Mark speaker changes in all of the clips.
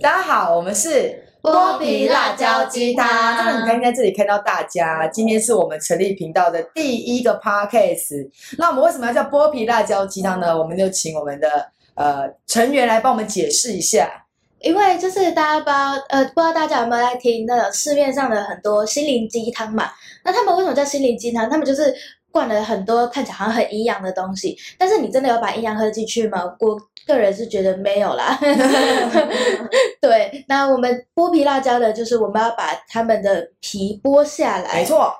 Speaker 1: 大家好，我们是
Speaker 2: 剥皮辣椒鸡汤
Speaker 1: 真的很开心在这里看到大家。今天是我们成立频道的第一个 podcast。那我们为什么要叫剥皮辣椒鸡汤呢？我们就请我们的呃成员来帮我们解释一下。
Speaker 2: 因为就是大家不知道，呃，不知道大家有没有在听那个市面上的很多心灵鸡汤嘛？那他们为什么叫心灵鸡汤？他们就是灌了很多看起来好像很营养的东西，但是你真的有把营养喝进去吗？我个人是觉得没有 啦。对，那我们剥皮辣椒的就是我们要把它们的皮剥下来，
Speaker 1: 没，错，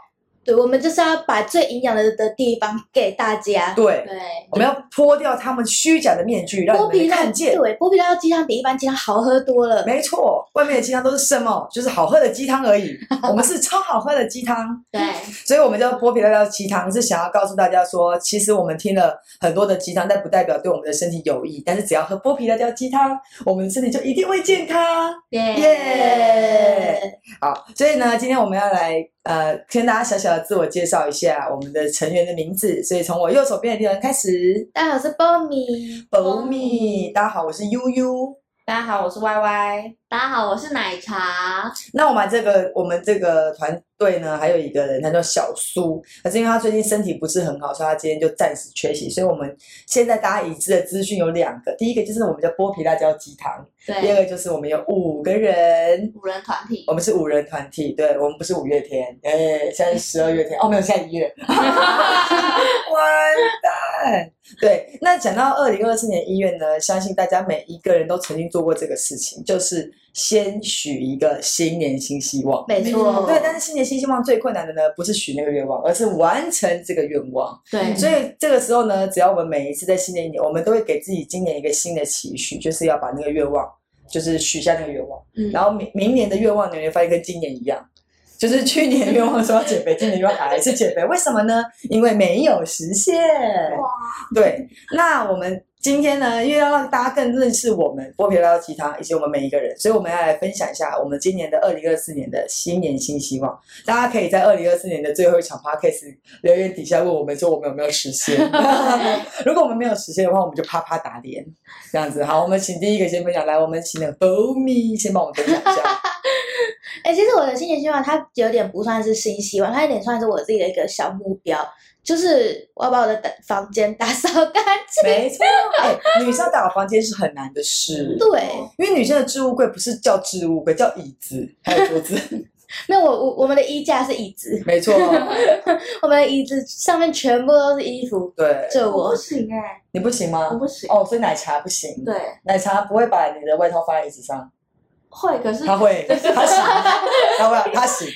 Speaker 2: 对，我们就是要把最营养的的地方给大家。
Speaker 1: 对，
Speaker 3: 对，
Speaker 1: 我们要脱掉他们虚假的面具，让
Speaker 2: 剥
Speaker 1: 你
Speaker 2: 皮
Speaker 1: 们
Speaker 2: 辣
Speaker 1: 看见。
Speaker 2: 对，剥皮辣椒鸡汤比一般鸡汤好喝多了。
Speaker 1: 没错，外面的鸡汤都是什么？就是好喝的鸡汤 而已。我们是超好喝的鸡汤。
Speaker 3: 对，
Speaker 1: 所以我们叫剥皮辣椒鸡汤，是想要告诉大家说，其实我们听了很多的鸡汤，但不代表对我们的身体有益。但是只要喝剥皮辣椒鸡汤，我们的身体就一定会健康。耶
Speaker 3: 耶，
Speaker 1: 好，所以呢，今天我们要来呃，跟大家小小的自我介绍一下我们的成员的名字。所以从我右手边的地方开始，
Speaker 2: 大家好，我是波米。
Speaker 1: 博米，大家好，我是悠悠。
Speaker 4: 大家好，我是 Y Y。
Speaker 3: 大家好，我是奶茶，
Speaker 1: 那我们这个我们这个团队呢，还有一个人，他叫小苏，可是因为他最近身体不是很好，所以他今天就暂时缺席。所以我们现在大家已知的资讯有两个，第一个就是我们叫剥皮辣椒鸡汤，第二
Speaker 3: 对，
Speaker 1: 个就是我们有五个人，
Speaker 3: 五人团体
Speaker 1: 我，们是五人团体，对我们不是五月天，哎、现在十二月天，哦，没有，现在一月， 完蛋。对，那讲到二零二四年一月呢，相信大家每一个人都曾经做过这个事情，就是先许一个新年新希望。
Speaker 2: 没错，
Speaker 1: 对，但是新年新希望最困难的呢，不是许那个愿望，而是完成这个愿望。
Speaker 3: 对，
Speaker 1: 所以这个时候呢，只要我们每一次在新年里，我们都会给自己今年一个新的期许，就是要把那个愿望，就是许下那个愿望。
Speaker 3: 嗯
Speaker 1: 然后明明年的愿望，你会发现跟今年一样，就是去年愿望说要减肥，今年愿望还是减肥，为什么呢？因为没有实现。对，那我们今天呢，因为要让大家更认识我们剥皮辣椒鸡汤以及我们每一个人，所以我们要来分享一下我们今年的二零二四年的新年新希望。大家可以在二零二四年的最后一场 podcast 留言底下问我们说我们有没有实现。 如果我们没有实现的话，我们就啪啪打脸，这样子。好，我们请第一个先分享，来，我们请的 Bomi 先帮我们分享一 下。
Speaker 2: 哎、其实我的新年希望它有点不算是新希望，它有点算是我自己的一个小目标，就是我要把我的打房间打扫干 净。
Speaker 1: 没错，哎、女生打扫房间是很难的事。
Speaker 2: 对，
Speaker 1: 因为女生的置物柜不是叫置物柜，叫椅子，还有桌子。
Speaker 2: 没有我我我们的衣架是椅子，
Speaker 1: 没错，
Speaker 2: 我们的椅子上面全部都是衣服，
Speaker 1: 对，
Speaker 2: 就
Speaker 3: 我不
Speaker 2: 我
Speaker 3: 行哎，
Speaker 1: 你不行
Speaker 4: 我
Speaker 1: 吗？
Speaker 4: 不行，
Speaker 1: 哦，所以奶茶不行。，
Speaker 3: 对，
Speaker 1: 奶茶不会把你的外套放在椅子 上，
Speaker 3: 会，可是
Speaker 1: 他会，他行，他会，他行。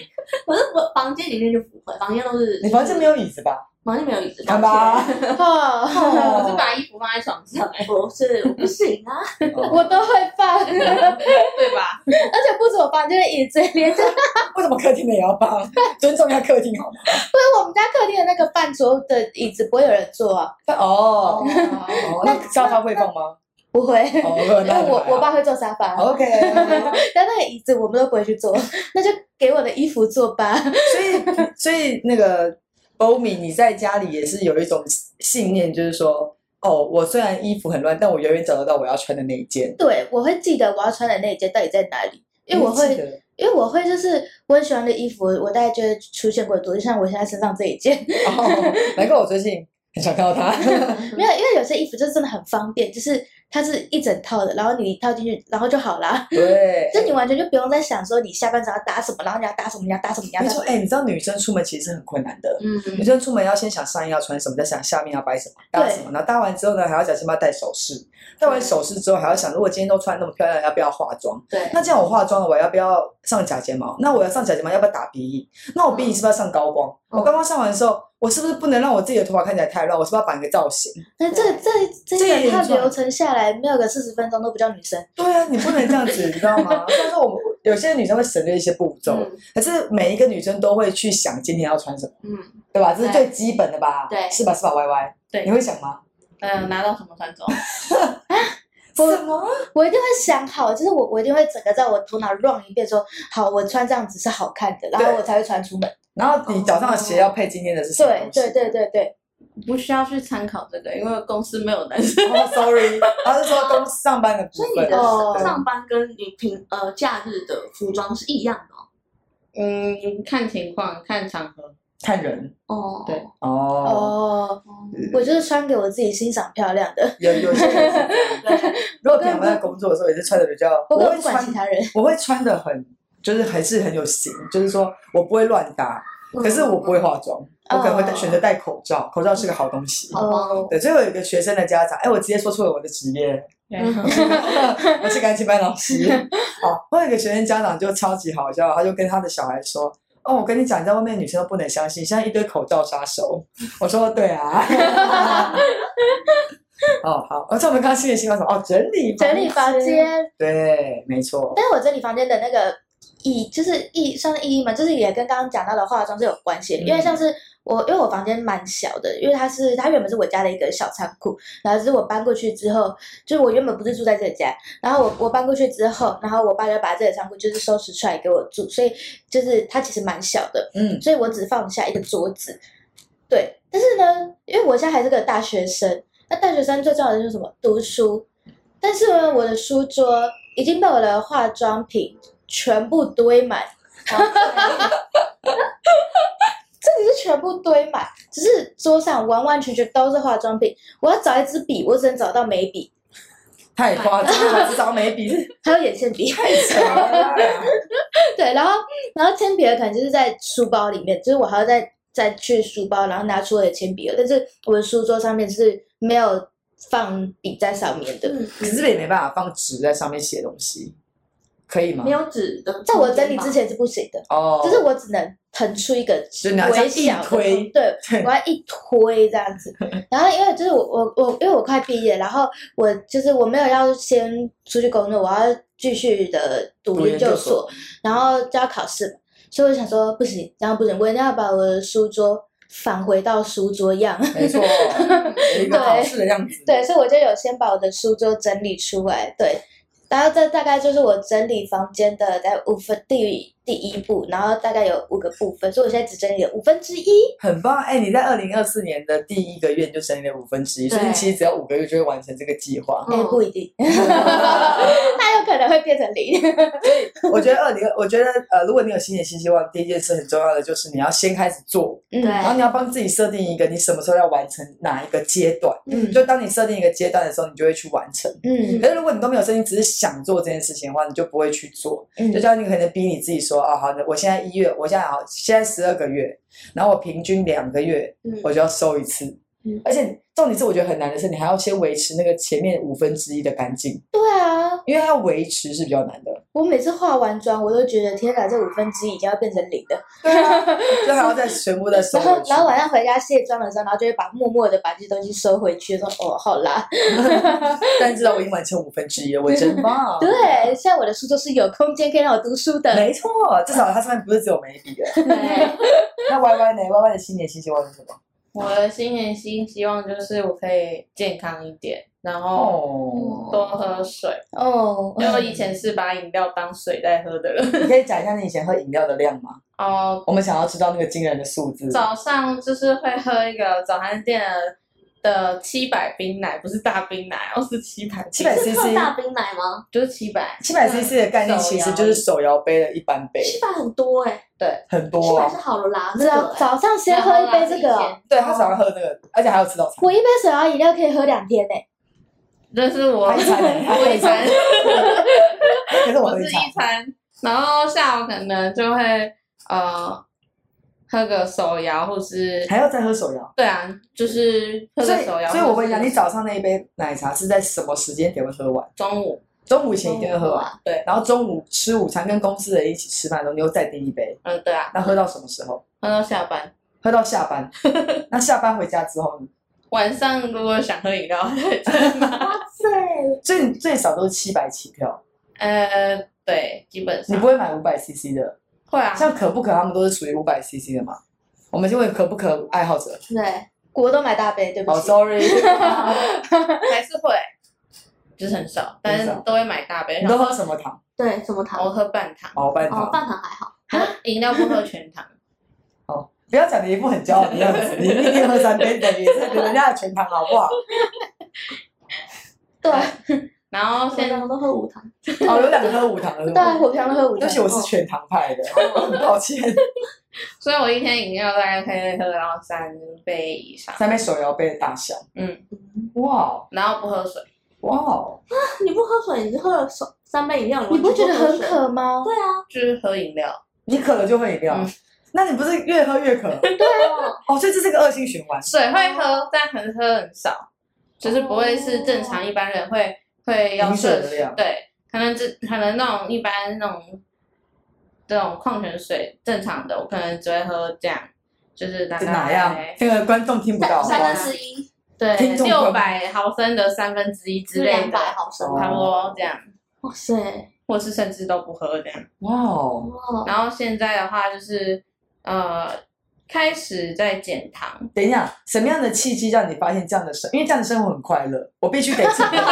Speaker 3: 可是我房间里面就不会，房间都是
Speaker 1: 你房间没有椅子 吧？
Speaker 3: 房间没有椅子，
Speaker 1: 看吧
Speaker 3: 房间，
Speaker 2: 哦，
Speaker 4: 我是把衣服放在床上、哎，
Speaker 3: 不是，我不行 啊，
Speaker 1: 哦
Speaker 2: 我都会放，而且
Speaker 4: 对吧？
Speaker 2: 不止我房间的椅子，连在
Speaker 1: 为什么客厅的也要 放？尊重一下客厅好吗？
Speaker 2: 我们家客厅的那个饭桌的椅子不会有人坐啊，
Speaker 1: 哦，哦那沙发会放吗？
Speaker 2: 不会，
Speaker 1: 哦，
Speaker 2: 因为我我爸会坐沙发。
Speaker 1: OK，
Speaker 2: 但那个椅子我们都不会去坐， 那就给我的衣服坐吧。
Speaker 1: 所以所以那个 Bomi，你在家里也是有一种信念，就是说，哦，我虽然衣服很乱，但我永远找得到我要穿的那一件。
Speaker 2: 对，我会记得我要穿的那一件到底在哪里，因为我
Speaker 1: 你
Speaker 2: 会
Speaker 1: 记，得
Speaker 2: 因为我会就是我很喜欢的衣服，我大概就会出现过很多，就像我现在身上这一件，
Speaker 1: 哦，难怪我最近很想看到 他。
Speaker 2: 没有，因为有些衣服就真的很方便，就是它是一整套的，然后你套进去，然后就好啦。
Speaker 1: 对，
Speaker 2: 就你完全就不用再想说你下半场要搭什么，然后你要搭什么，你要搭什么，你要
Speaker 1: 没
Speaker 2: 搭
Speaker 1: 错，
Speaker 2: 什么。
Speaker 1: 哎、你知道女生出门其实是很困难的。女
Speaker 3: 嗯，
Speaker 1: 生出门要先想上衣要穿什么，再想下面要摆什么搭什么，然后搭完之后呢，还要小心要戴首饰，戴完首饰之后还要想，如果今天都穿那么漂亮，要不要化妆？
Speaker 3: 对，
Speaker 1: 那这样我化妆了，我要不要上假睫毛？那我要上假睫毛，要不要打鼻影？那我鼻影是不是要上高光？
Speaker 3: 嗯
Speaker 1: 我高光上完之后，我是不是不能让我自己的头发看起来太乱？我是不是要绑一个造型？
Speaker 2: 但这这这
Speaker 1: 这也
Speaker 2: 一整
Speaker 1: 很
Speaker 2: 套
Speaker 1: 爽
Speaker 2: 流程下来，没有个四十分钟都不叫女生。
Speaker 1: 对啊，你不能这样子，你知道吗？所以说我们有些女生会省略一些步骤，
Speaker 3: 嗯
Speaker 1: 可是每一个女生都会去想今天要穿什么，
Speaker 3: 嗯，
Speaker 1: 对吧？这是最基本的吧？
Speaker 3: 对
Speaker 1: 是吧？是吧？Y Y，
Speaker 4: 对
Speaker 1: 你会想吗？
Speaker 4: 嗯、拿到什么穿着？
Speaker 2: 我
Speaker 1: 什么？
Speaker 2: 我一定会想好，就是我我一定会整个在我头脑 run 一遍说，好，我穿这样子是好看的，然后
Speaker 1: 对
Speaker 2: 我才会穿出门。
Speaker 1: 然后你脚上的鞋要配今天的是什么
Speaker 2: 哦对
Speaker 1: 东西？
Speaker 2: 对对对对，
Speaker 4: 不需要去参考这个，因为公司没有男生。
Speaker 1: 哦，sorry，他是说公司上班的部
Speaker 3: 所以你
Speaker 1: 分
Speaker 3: 的。
Speaker 2: 哦
Speaker 3: 上班跟你平呃假日的服装是一样的哦
Speaker 4: 嗯，看情况，看场合。
Speaker 1: 看人
Speaker 3: 哦。
Speaker 4: 对
Speaker 1: 哦，
Speaker 2: 哦，我就是穿给我自己欣赏漂亮的，
Speaker 1: 有有些人是这 样如果平常在工作的时候也是穿的比较，
Speaker 2: 不
Speaker 1: 我
Speaker 2: 过
Speaker 1: 会
Speaker 2: 不管
Speaker 1: 穿
Speaker 2: 其他人。
Speaker 1: 我会穿的很，就是还是很有型，就是说我不会乱搭，
Speaker 2: 嗯
Speaker 3: 嗯
Speaker 1: 可是我不会化妆，我可能会戴
Speaker 2: 哦
Speaker 1: 选择戴口罩，口罩是个好东西。
Speaker 2: 哦，
Speaker 1: 对，所以我有一个学生的家长，哎，我直接说出了我的职业，
Speaker 3: 嗯
Speaker 1: 我是个安亲班老 师。哦，我有一个学生家长就超级好笑，他就跟他的小孩说。哦，我跟你讲，你在外面女生都不能相信，现在一堆口罩杀手。我说对 啊。哦，好，而且我们刚刚新的新闻什么？哦，整理
Speaker 2: 整理房。间，
Speaker 1: 对，没错。
Speaker 2: 但是我整理房间的那个意，就是意算是意义嘛，就是也跟刚刚讲到的化妆是有关系的，因为像是我，因为我房间蛮小的，因为它是它原本是我家的一个小仓库，然后就是我搬过去之后，就是我原本不是住在这个家，然后我我搬过去之后，然后我爸就把这个仓库就是收拾出来给我住，所以就是它其实蛮小的，
Speaker 1: 嗯，
Speaker 2: 所以我只放下一个桌子。对，但是呢，因为我现在还是个大学生，那大学生最重要的就是什么？读书。 但是呢，我的书桌已经被我的化妆品全部堆满，这里是全部堆满，只是桌上完完全全都是化妆品。我要找一支笔，我只能找到眉笔，
Speaker 1: 太夸张了，至少眉笔是
Speaker 2: 还有眼线笔。
Speaker 1: 太强了。
Speaker 2: 对，然后然后铅笔盒可能就是在书包里面，就是我还要再再去书包，然后拿出我的铅笔盒，但是我的书桌上面是没有放笔在上面的。
Speaker 3: 嗯，
Speaker 1: 可是也没办法放纸在上面写东西，可以吗
Speaker 3: 没？有纸的空间
Speaker 2: 在
Speaker 3: 吧，
Speaker 2: 我整理之前是不行的，
Speaker 1: 哦，
Speaker 2: 就是我只能腾出一个
Speaker 1: 就拿这样
Speaker 2: 微小
Speaker 1: 一
Speaker 2: 的
Speaker 1: 推
Speaker 2: 空，对，我要一推这样 子。然后因为就是我我我因为我快毕业，然后我就是我没有要先出去工作，我要继续的读
Speaker 1: 读研
Speaker 2: 研
Speaker 1: 究所
Speaker 2: 究所，然后就要考试嘛，所以我想说不行，然后不行，我一定要把我的书桌返回到书桌样。
Speaker 1: 没 错，有一个考试的样子。
Speaker 2: 对，所以我就有先把我的书桌整理出来，对，然后这大概就是我整理房间的在五分第第一步，然后大概有五个部分，所以我现在只整理了五分之一。
Speaker 1: 很棒。哎、你在二零二四年的第一个月你就整理了五分之一，所以
Speaker 3: 对
Speaker 1: 其实只要五个月就会完成这个计划。
Speaker 2: 哎、
Speaker 3: 嗯
Speaker 2: 不一定，它有可能会变成零。
Speaker 1: 我觉得二零，我觉得呃，如果你有新年新希望，第一件事很重要的就是你要先开始做，
Speaker 2: 嗯，
Speaker 3: 对
Speaker 1: 然后你要帮自己设定一个你什么时候要完成哪一个阶段。
Speaker 3: 嗯，
Speaker 1: 就当你设定一个阶段的时候，你就会去完成。
Speaker 2: 嗯
Speaker 1: 可是如果你都没有设定，只是想做这件事情的话，你就不会去做。就
Speaker 2: 嗯，
Speaker 1: 叫你可能逼你自己说，啊，好的，我现在一月，我现在好，现在十二个月，然后我平均两个月
Speaker 3: 嗯
Speaker 1: 我就要收一次，
Speaker 3: 嗯
Speaker 1: 而且重点是我觉得很难的是，你还要先维持那个前面五分之一的干净，
Speaker 2: 对啊，
Speaker 1: 因为它要维持是比较难 的，
Speaker 2: 我每次化完妆，我都觉得天哪，这五分之一已经要变成零了。
Speaker 1: 对啊，就还要再全部再收
Speaker 2: 然
Speaker 1: 回
Speaker 2: 后，
Speaker 1: 去
Speaker 2: 然。后晚上回家卸妆的时候，然后就会把默默的把这些东西收回去，说哦，好啦。
Speaker 1: 但知道我已经完成五分之一了，我真棒。
Speaker 2: 对，现在我的书桌是有空间可以让我读书的。
Speaker 1: 没错，至少它上面不是只有眉笔的。
Speaker 3: 对，
Speaker 1: 那 Y Y 呢？Y Y 的新年新希望是什么？
Speaker 4: 我的新年新希望就是我可以健康一点，然后多
Speaker 1: 哦，
Speaker 4: 喝水，
Speaker 2: 哦，
Speaker 4: 因为我以前是把饮料当水在喝的人。
Speaker 1: 你可以讲一下你以前喝饮料的量吗？
Speaker 4: 哦，
Speaker 1: 我们想要知道那个惊人的数字。
Speaker 4: 早上就是会喝一个早餐店的七百冰奶，不是大冰奶，哦，是七百
Speaker 1: 七百
Speaker 3: 是特
Speaker 1: CC
Speaker 3: 大冰奶吗？
Speaker 4: 就是七百。
Speaker 1: 七百 CC 的概念其实就是手摇杯的一般杯，
Speaker 3: 七百很多哎，
Speaker 1: 很
Speaker 3: 七
Speaker 1: 多、
Speaker 3: 百是
Speaker 1: 啊。
Speaker 3: 好了啦，那
Speaker 2: 早
Speaker 3: 个
Speaker 2: 早上先喝一杯这个哦，
Speaker 1: 对他早上喝这个，而且还有吃早餐，
Speaker 2: 我一杯手摇饮料可以喝两天呢。
Speaker 4: 这是我
Speaker 1: 他一餐欸他
Speaker 4: 我一餐，
Speaker 1: 可是我
Speaker 4: 我
Speaker 1: 喝
Speaker 4: 是
Speaker 1: 一茶。
Speaker 4: 一餐，然后下午可能就会呃喝个手摇，或是
Speaker 1: 还要再喝手摇。
Speaker 4: 对啊，就是喝
Speaker 1: 所
Speaker 4: 个
Speaker 1: 以，
Speaker 4: 手摇。
Speaker 1: 所以我问一下，
Speaker 4: 或是
Speaker 1: 你早上那一杯奶茶是在什么时间点会喝完？
Speaker 4: 中午
Speaker 1: 中午前一定会喝
Speaker 2: 哦
Speaker 1: 完，
Speaker 4: 对，
Speaker 1: 然后中午吃午餐跟公司的人一起吃饭的时候，你又再订一杯，
Speaker 4: 嗯，对啊，
Speaker 1: 那喝到什么时候？
Speaker 4: 喝到下班。
Speaker 1: 喝到下 班。那下班回家之后呢？
Speaker 4: 晚上如果想喝饮料，
Speaker 2: 对，
Speaker 1: 最最少都是七百起跳，
Speaker 4: 呃，对，基本
Speaker 1: 你
Speaker 4: 上
Speaker 1: 不会买五百 CC 的，
Speaker 4: 会啊，
Speaker 1: 像可不可他们都是属于五百 CC 的嘛？我们就问可不可爱好者。
Speaker 3: 对，
Speaker 2: 我都买大杯，对不
Speaker 1: 好
Speaker 2: 起。
Speaker 1: ，sorry。
Speaker 4: 还是会，就是很少，但是
Speaker 1: 很少
Speaker 4: 都会买大杯。
Speaker 1: 你都喝什么糖？
Speaker 3: 对，什么糖？
Speaker 4: 我喝半糖，
Speaker 1: 毛半
Speaker 3: 哦，
Speaker 1: 糖。
Speaker 3: 半糖还好。
Speaker 4: 我饮料不喝全糖。
Speaker 1: 不要讲的一副很骄傲的样子，你一天喝三杯的也是人家的全糖，好不好？
Speaker 2: 对啊，
Speaker 4: 然后
Speaker 3: 现
Speaker 4: 现
Speaker 3: 在
Speaker 1: 啊
Speaker 3: 都喝无糖，
Speaker 1: 哦，有两个喝无糖的，
Speaker 2: 对啊，我平常都喝五哦
Speaker 1: 对不起，
Speaker 2: 糖。
Speaker 1: 我是全糖派的，哦很抱歉。
Speaker 4: 所以我一天饮料大概可以喝到三杯以上，
Speaker 1: 三杯手摇杯的大小，
Speaker 4: 嗯，
Speaker 1: 哇
Speaker 4: 然后不喝水，
Speaker 1: 哇哦！
Speaker 3: 你不喝水，你喝了三三杯饮料，
Speaker 2: 你不觉得很
Speaker 3: 渴？
Speaker 2: 渴吗？
Speaker 3: 对啊，
Speaker 4: 就是喝饮料。
Speaker 1: 你渴了就喝饮料，
Speaker 4: 嗯
Speaker 1: 那你不是越喝越渴？
Speaker 3: 对啊，
Speaker 1: 哦，所以这是个恶性循环。
Speaker 4: 水会
Speaker 1: 哦
Speaker 4: 喝，但很喝很少，就是不会是正常一般人会会要
Speaker 1: 哦饮水
Speaker 4: 摄
Speaker 1: 的量
Speaker 4: 对，可能这可能那种一般那种这种矿泉水正常的，我可能只会喝这样，就是大
Speaker 1: 这
Speaker 4: 概
Speaker 1: 哪样？这个观众听不到，
Speaker 3: 三
Speaker 1: 好吧
Speaker 3: 三分之一
Speaker 4: 对
Speaker 1: 听众朋友
Speaker 4: 六百毫升的三分之一之
Speaker 3: 至
Speaker 4: 类
Speaker 3: 两
Speaker 4: 的，
Speaker 3: 百毫升。
Speaker 1: 哦
Speaker 4: 差不多这样，
Speaker 3: 哇塞，
Speaker 4: 或是甚至都不喝这样。
Speaker 1: 哇哦！
Speaker 3: 哇，
Speaker 4: 然后现在的话就是呃开始在减 糖，
Speaker 1: 等一下，什么样的契机让你发现这样的生？因为这样的生活很快乐，我必须得承 认，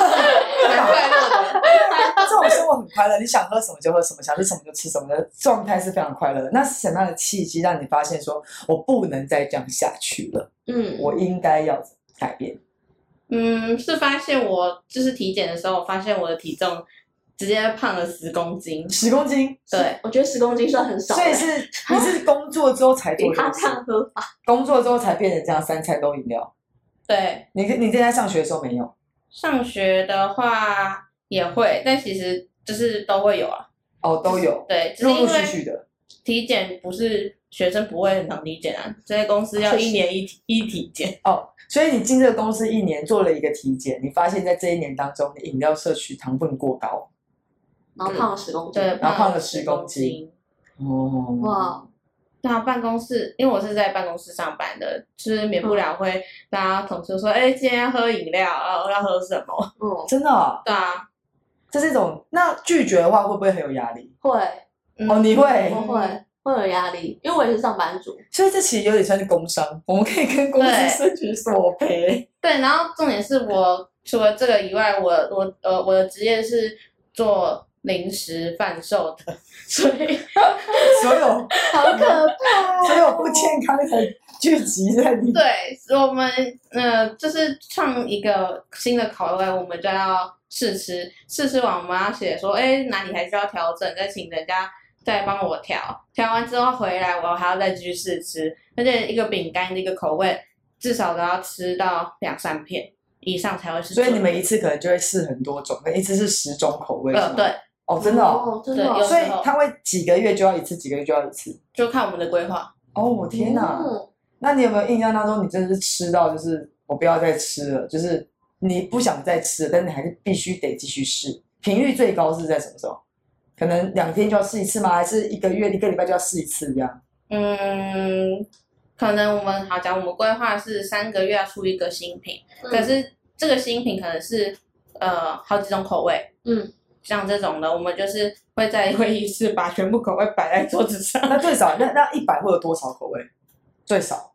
Speaker 4: 蛮快乐的。
Speaker 1: 这种生活很快乐。你想喝什么就喝什么，想吃什么就吃什么的状态是非常快乐的。那是什么样的契机让你发现说我不能再这样下去了，
Speaker 3: 嗯，
Speaker 1: 我应该要改变？
Speaker 4: 嗯，是发现我就是体检的时候，我发现我的体重直接胖了十公斤。
Speaker 1: 十公斤，
Speaker 4: 对，
Speaker 3: 我觉得十公斤算很少
Speaker 1: 所
Speaker 3: 欸，
Speaker 1: 以是你是工作之后才
Speaker 3: 比
Speaker 1: 做这
Speaker 3: 他
Speaker 1: 个
Speaker 3: 这
Speaker 1: 事，
Speaker 3: 样喝法。
Speaker 1: 工作之后才变成这样三菜都饮料。
Speaker 4: 对，
Speaker 1: 你你之前在上学的时候没有？
Speaker 4: 上学的话也会，但其实就是都会有啊。
Speaker 1: 哦，都有，
Speaker 4: 对，只是
Speaker 1: 陆
Speaker 4: 因
Speaker 1: 陆续续
Speaker 4: 为
Speaker 1: 的。
Speaker 4: 体检不是学生不会很常体检啊，所以公司要一年一体一体检。
Speaker 1: 哦，所以你进这个公司一年做了一个体检，你发现在这一年当中，你饮料摄取糖分过高。
Speaker 3: 然后胖了十公斤，
Speaker 4: 对，
Speaker 1: 然后胖了10
Speaker 4: 10
Speaker 1: 公斤。哦，
Speaker 3: 哇，
Speaker 4: 那办公室，因为我是在办公室上班的，就是免
Speaker 1: 嗯
Speaker 4: 不了会拉同事说，哎、今天要喝饮料，然后要喝什么？
Speaker 3: 嗯，
Speaker 1: 真的啊、
Speaker 4: 对啊，
Speaker 1: 这是一种。那拒绝的话会不会很有压力？
Speaker 3: 会
Speaker 4: 嗯
Speaker 1: 哦，你会，
Speaker 3: 我会会有压力，因为我也是上班族，
Speaker 1: 所以这其实有点算是工伤，我们可以跟公司
Speaker 4: 对
Speaker 1: 申请索赔。
Speaker 4: 对，然后重点是我除了这个以外，我我呃我的职业是做零食贩售的， 所以
Speaker 1: 所 有
Speaker 2: 好可怕！
Speaker 1: 所有不健康的聚集在你。
Speaker 4: 对我们呃就是创一个新的口味，我们就要试吃，试吃完我们要写说，哎哪里还需要调整，再请人家再帮我调，调完之后回来我还要再继续试吃，而且一个饼干的一个口味至少都要吃到两三片以上才会 是
Speaker 1: 所
Speaker 4: 准
Speaker 1: 以
Speaker 4: 的，
Speaker 1: 你们一次可能就会试很多种，那一次是十种口味。是
Speaker 4: 呃
Speaker 1: 吗
Speaker 4: 对，
Speaker 1: 哦，真的哦。
Speaker 3: 哦，真的哦，
Speaker 4: 对有
Speaker 1: 所以
Speaker 4: 时候
Speaker 1: 他会几个月就要一次，几个月就要一次。
Speaker 4: 就看我们的规划。
Speaker 1: 哦，我天哪！
Speaker 3: 嗯
Speaker 1: 那你有没有印象当中，你真的是吃到就是我不要再吃了，就是你不想再吃了，但是你还是必须得继续试？频率最高是在什么时候？可能两天就要试一次吗？还是一个月一个礼拜就要试一次这样？
Speaker 4: 嗯，可能我们好讲，我们规划是三个月要出一个新品，
Speaker 1: 嗯
Speaker 4: 可是这个新品可能是呃好几种口味，
Speaker 3: 嗯，
Speaker 4: 像这种的，我们就是会在会议室把全部口味摆在桌子上，
Speaker 1: 那最少那那一百会有多少口味？最少？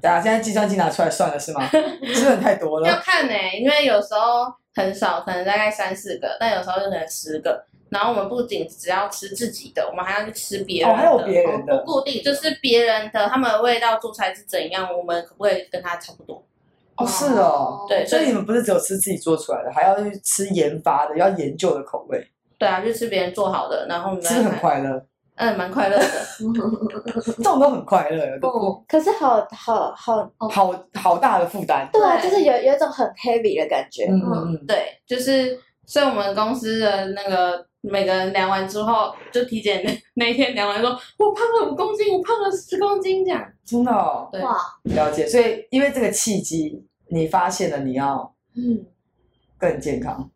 Speaker 1: 对啊，现在计算机拿出来算了 是吗？是不是太多
Speaker 4: 要
Speaker 1: 了？
Speaker 4: 看呢、欸因为有时候很少，可能大概三四个，但有时候就可能十个。然后我们不仅只要吃自己的，我们还要去吃别人
Speaker 1: 哦，
Speaker 4: 的。
Speaker 1: 还有别人的
Speaker 4: 固定就是别人的，他们的味道做出来是怎样，我们可不可以跟他差不多？
Speaker 1: 哦，是哦。
Speaker 4: 对，
Speaker 1: 所
Speaker 4: 所
Speaker 1: 以
Speaker 4: 以
Speaker 1: 你们不是只有吃自己做出来的，还要去吃研发的、要研究的口味，
Speaker 4: 对啊，就吃别人做好的，然后我们
Speaker 1: 是不是很
Speaker 4: 看
Speaker 1: 快乐？
Speaker 4: 嗯，蛮快乐的。
Speaker 1: 这种都很快乐，有的
Speaker 3: 哦，
Speaker 2: 可是好好好，
Speaker 1: 好好大的负担。
Speaker 2: 对啊，
Speaker 4: 对
Speaker 2: 就是有有一种很 heavy 的感觉。
Speaker 1: 嗯嗯嗯，
Speaker 4: 对，就是，所以我们公司的那个每个人量完之后，就体检 那那一天量完说，我胖了五公斤，我胖了十公斤这样。
Speaker 1: 真的、哦、
Speaker 4: 对
Speaker 3: 哇，
Speaker 1: 了解。所以因为这个契机，你发现了你要
Speaker 3: 嗯，
Speaker 1: 更健康。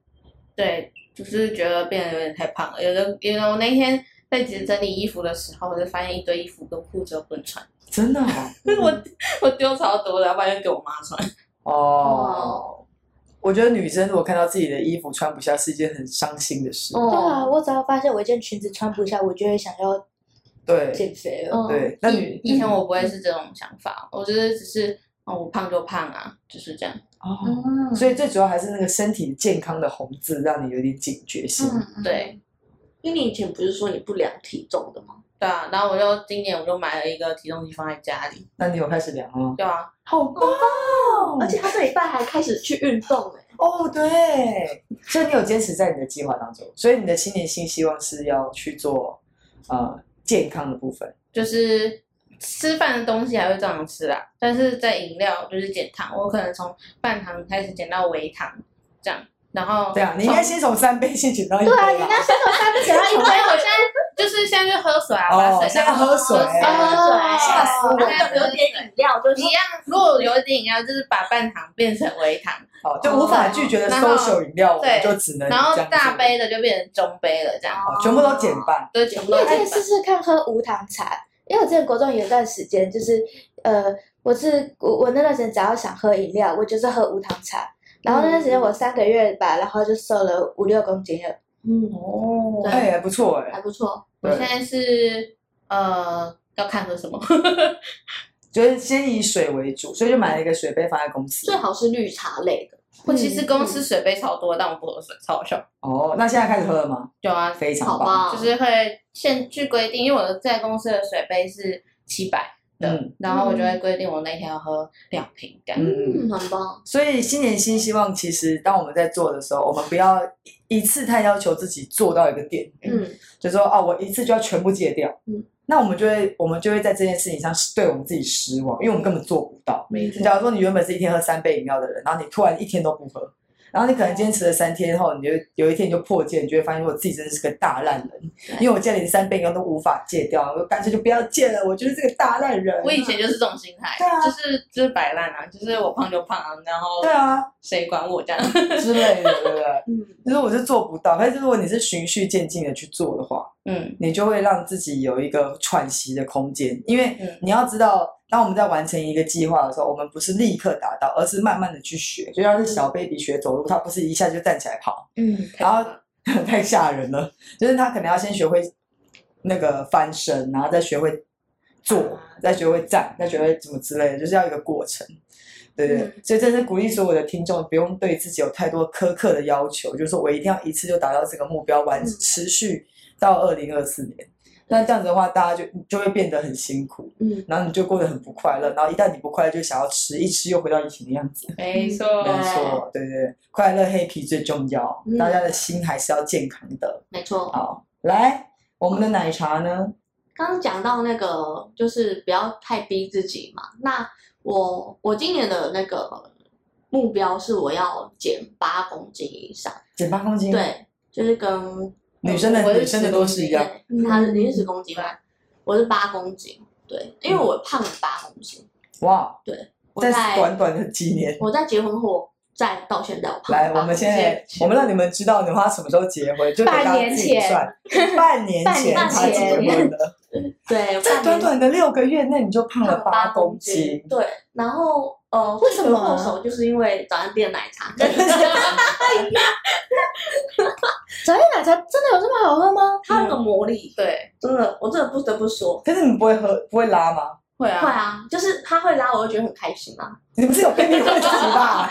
Speaker 4: 对，就是觉得变得有点太胖了。有的，有的，我那天在整理衣服的时候，我就发现一堆衣服跟裤子都不能穿，
Speaker 1: 真的
Speaker 2: 嗯
Speaker 3: 嗯
Speaker 4: 我我丢超多的，要不然就给我妈穿。
Speaker 1: 哦，哦我觉得女生如果看到自己的衣服穿不下是一件很伤心的事。
Speaker 2: 对啊，
Speaker 3: 哦，
Speaker 2: 我只要发现我一件裙子穿不下，我就会想要
Speaker 1: 对
Speaker 2: 减肥了。
Speaker 3: 嗯，
Speaker 1: 对，那女
Speaker 4: 以以前我不会是这种想法，我就是只是哦，我胖就胖啊，就是这样。
Speaker 1: 哦，
Speaker 3: 嗯，
Speaker 1: 所以最主要还是那个身体健康的红字让你有点警觉性。
Speaker 3: 嗯，嗯
Speaker 4: 对，
Speaker 3: 因为你以前不是说你不量体重的吗？
Speaker 4: 对啊，然后我就今年我就买了一个体重机放在家里，
Speaker 1: 那你有开始量了吗？
Speaker 4: 对啊，
Speaker 1: 好棒！
Speaker 3: 而且他这礼拜还开始去运动哎、
Speaker 1: 哦，对，所以你有坚持在你的计划当中，所以你的新年新希望是要去做呃健康的部分。
Speaker 4: 就是吃饭的东西还会照样吃啦，但是在饮料就是减糖，我可能从半糖开始减到微糖这样，然后
Speaker 1: 对啊，你应该先从三杯先减到一杯
Speaker 2: 对啊，你
Speaker 1: 吧
Speaker 2: 那新手三个起来
Speaker 4: 因为
Speaker 2: 一
Speaker 4: 哎我
Speaker 2: 杯，
Speaker 4: 现在就是现在就喝水啊，把
Speaker 1: 哦
Speaker 4: 水
Speaker 1: 现在
Speaker 4: 当
Speaker 1: 喝水
Speaker 2: 喝水
Speaker 1: 吓死我
Speaker 4: 我
Speaker 1: 了
Speaker 4: 现在
Speaker 3: 有点饮料就是
Speaker 4: 一样，如果有一点饮料，就是把半糖变成微糖，
Speaker 1: 好，就无法拒绝的
Speaker 4: 然后
Speaker 1: social 饮料，我们
Speaker 4: 对
Speaker 1: 就只能
Speaker 4: 然后
Speaker 1: 这样子哦
Speaker 4: 大，杯哦的就变成中杯了，这样，
Speaker 1: 好全部都减半。
Speaker 4: 对，全部
Speaker 2: 你
Speaker 4: 都
Speaker 2: 也可
Speaker 4: 减
Speaker 2: 以
Speaker 1: 哎
Speaker 2: 试
Speaker 4: 半。
Speaker 2: 试看喝无糖茶，因为我之前国中有一段时间就是，呃，我是我我那段时间只要想喝饮料，我就是喝无糖茶。然后那段时间我三个月吧，然后就瘦了五六公斤了。
Speaker 3: 嗯，
Speaker 4: 哦
Speaker 3: 对
Speaker 1: 哎，还不错哎
Speaker 3: 还，不错。
Speaker 4: 我现在是呃要看喝 什么，
Speaker 1: 就是先以水为主，所以就买了一个水杯放在公司
Speaker 3: 最。好是绿茶类的，
Speaker 4: 我其实公
Speaker 1: 嗯
Speaker 4: 司水杯超多，但我不喝水，超好笑。
Speaker 1: 哦，那现在开始喝了吗？
Speaker 4: 有啊，
Speaker 1: 非常
Speaker 3: 好
Speaker 1: 棒。
Speaker 3: 吧？
Speaker 4: 就是会限据规定，因为我在公司的水杯是七百的，
Speaker 1: 嗯
Speaker 4: 然后我就会规定我那天要喝两瓶这样。
Speaker 1: 嗯，
Speaker 3: 嗯，很棒。
Speaker 1: 所以新年新希望，其实当我们在做的时候，我们不要一一次太要求自己做到一个点，
Speaker 3: 嗯，
Speaker 1: 就说啊，我一次就要全部戒掉。
Speaker 3: 嗯
Speaker 1: 那我们就会我们就会在这件事情上是对我们自己失望，因为我们根本做不到。
Speaker 3: 没错。
Speaker 1: 假如说你原本是一天喝三杯饮料的人，然后你突然一天都不喝，然后你可能坚持了三天后，你就有一天你就破戒，你就会发现我自己真的是个大烂人，因为我戒连三杯饮料都无法戒掉，我就干脆就不要戒了，我就是这个大烂人。
Speaker 4: 我以前就是这种心态，
Speaker 1: 对啊
Speaker 4: 就是就是摆烂啊，就是我胖就胖啊，然后
Speaker 1: 对啊
Speaker 4: 谁管我这样？
Speaker 1: 之类的，对不对？
Speaker 3: 嗯，
Speaker 1: 就是我是做不到，但是如果你是循序渐进的去做的话，
Speaker 4: 嗯，
Speaker 1: 你就会让自己有一个喘息的空间，因为
Speaker 4: 嗯
Speaker 1: 你要知道，当我们在完成一个计划的时候，我们不是立刻达到，而是慢慢的去学，就像是小 baby 学走路，他不是一下就站起来跑，
Speaker 4: 嗯，
Speaker 1: 然后 太吓人了，就是他可能要先学会那个翻身，然后再学会
Speaker 3: 啊
Speaker 1: 坐，再学会站，再学会怎么之类的，就是要一个过程。对
Speaker 3: 嗯
Speaker 1: 对，对所以这是鼓励所有的听众，不用对自己有太多苛刻的要求，就是说我一定要一次就达到这个目标，完
Speaker 3: 嗯
Speaker 1: 持续到二零二四年。那这样子的话，大家就就会变得很辛苦，
Speaker 3: 嗯，
Speaker 1: 然后你就过得很不快乐，然后一旦你不快乐，就想要吃，一吃又回到以前的样子。
Speaker 4: 没错，
Speaker 1: 没错，对对对，快乐 happy 最重要，
Speaker 3: 嗯
Speaker 1: 大家的心还是要健康的。
Speaker 3: 没错。
Speaker 1: 好，来我们的奶茶呢？
Speaker 3: 刚刚讲到那个就是不要太逼自己嘛。那我我今年的那个目标是我要减八公斤以上，
Speaker 1: 减八公斤，，
Speaker 3: 对，就是跟
Speaker 1: 女生的
Speaker 3: 我是
Speaker 1: 女生的都是一样
Speaker 3: 10公斤，对她是你是十公斤嘛，我是八公斤，对，因为我胖了八公斤，
Speaker 1: 哇，
Speaker 3: 对，我
Speaker 1: 在
Speaker 3: 在
Speaker 1: 短短的几年，
Speaker 3: 我在结婚后再到现在我胖
Speaker 1: 来，
Speaker 3: 了
Speaker 1: 我
Speaker 3: 八公
Speaker 1: 们
Speaker 3: 斤
Speaker 1: 现在
Speaker 4: 谢谢
Speaker 1: 我们让你们知道你花什么时候结婚，就给大家自己算，半年
Speaker 2: 半
Speaker 1: 前
Speaker 2: 年
Speaker 1: 他结
Speaker 2: 前
Speaker 1: 婚的，
Speaker 3: 对，
Speaker 1: 在
Speaker 3: 半
Speaker 1: 短
Speaker 3: 年
Speaker 1: 短的六个月内你就胖了八公斤，
Speaker 3: 对，然后呃，
Speaker 2: 为什么啊
Speaker 3: 后手就是因为早餐店奶茶，
Speaker 2: 早夜奶茶真的有这么好喝吗？
Speaker 3: 它有个魔力，
Speaker 1: 嗯
Speaker 4: 对，
Speaker 3: 真的，我真的不得不说，
Speaker 1: 可是你们不会喝不会拉吗？
Speaker 4: 会
Speaker 3: 会
Speaker 4: 啊，
Speaker 3: 啊，就是他会拉，我就觉得很开心啊。
Speaker 1: 你不是有被你问题 吧？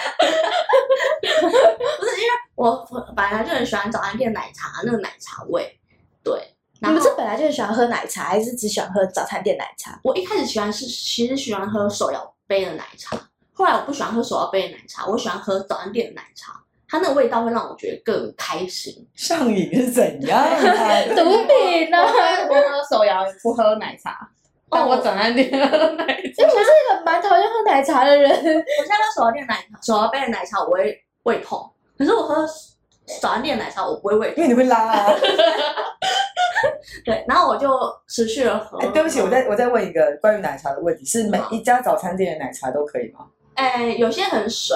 Speaker 3: 我我本来就很喜欢早餐店奶茶那个奶茶味，对。
Speaker 2: 你
Speaker 3: 然后
Speaker 2: 们是本来就很喜欢喝奶茶，还是只喜欢喝早餐店奶茶？
Speaker 3: 我一开始喜欢是其实喜欢喝手摇杯的奶茶，后来我不喜欢喝手摇杯的奶茶，我喜欢喝早餐店的奶茶，它那个味道会让我觉得更开心。
Speaker 1: 上瘾是怎样啊？
Speaker 2: 毒品呢、
Speaker 4: 我喝我喝手摇，不喝奶茶，但我
Speaker 3: 我
Speaker 4: 早餐店喝奶茶。
Speaker 2: 因为我是一个蛮讨厌喝奶茶的人，
Speaker 3: 我现在喝手摇店奶茶，手摇杯的奶茶我会胃痛，可是我喝早餐店奶茶我不会胃
Speaker 1: 因
Speaker 3: 痛。
Speaker 1: 为你会拉啊！
Speaker 3: 对，然后我就持续了喝。
Speaker 1: 哎，对不起，我再我再问一个关于奶茶的问题，是每
Speaker 3: 好
Speaker 1: 一家早餐店的奶茶都可以吗？
Speaker 3: 哎，有些很水，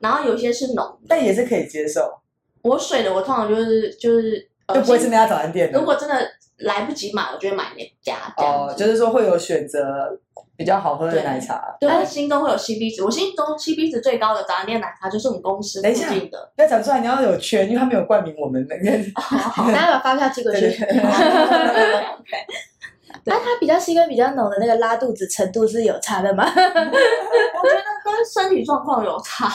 Speaker 3: 然后有些是浓的。
Speaker 1: 但也是可以接受，
Speaker 3: 我水的我通常就是就是呃
Speaker 1: 就不会是那家早餐店的。
Speaker 3: 如果真的来不及买，我就会买那家这样
Speaker 1: 哦，
Speaker 3: 子。
Speaker 1: 就是说会有选择比较好喝的
Speaker 3: 对
Speaker 1: 奶茶。
Speaker 3: 嗯
Speaker 1: 哎
Speaker 3: 对，但是心中会有 CP 值，我心中 CP 值最高的早餐店奶茶就是我们公司附
Speaker 1: 等一下
Speaker 3: 近的。
Speaker 1: 不要讲出来，你要有圈，因为他没有冠名我们那个。
Speaker 2: 大家把发票寄过
Speaker 1: 对
Speaker 2: 去
Speaker 1: 对。对，
Speaker 2: 那它比较稀跟比较浓的那个拉肚子程度是有差的吗？
Speaker 3: 我觉得跟身体状况有差、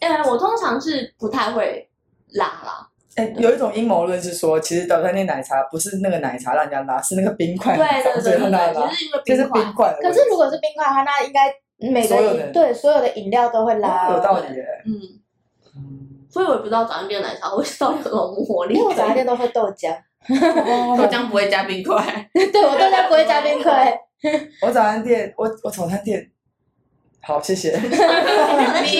Speaker 3: 欸。哎，我通常是不太会拉啦，
Speaker 1: 哎、有一种阴谋论是说，其实早餐店奶茶不是那个奶茶让人家拉，是那个冰块
Speaker 3: 对对 对
Speaker 1: 让人家
Speaker 3: 对，
Speaker 1: 拉，
Speaker 3: 其实因为
Speaker 1: 就是
Speaker 3: 冰块
Speaker 1: 冰，块的问题。
Speaker 2: 可是如果是冰块的话，那应该每
Speaker 1: 所有
Speaker 2: 个
Speaker 1: 的
Speaker 2: 饮对所有的饮料都会拉。
Speaker 1: 有道理耶，
Speaker 3: 嗯，
Speaker 1: 嗯
Speaker 3: 所以我也不知道早餐店奶茶会到底有什么魔力
Speaker 2: 因为我
Speaker 3: 可
Speaker 2: 早餐
Speaker 3: 以。
Speaker 2: 店都喝豆浆，
Speaker 1: 嗯
Speaker 4: 豆浆不会加冰块，
Speaker 2: 对我豆浆不会加冰块。
Speaker 1: 我早餐店，我我早餐店，好谢谢，
Speaker 4: 你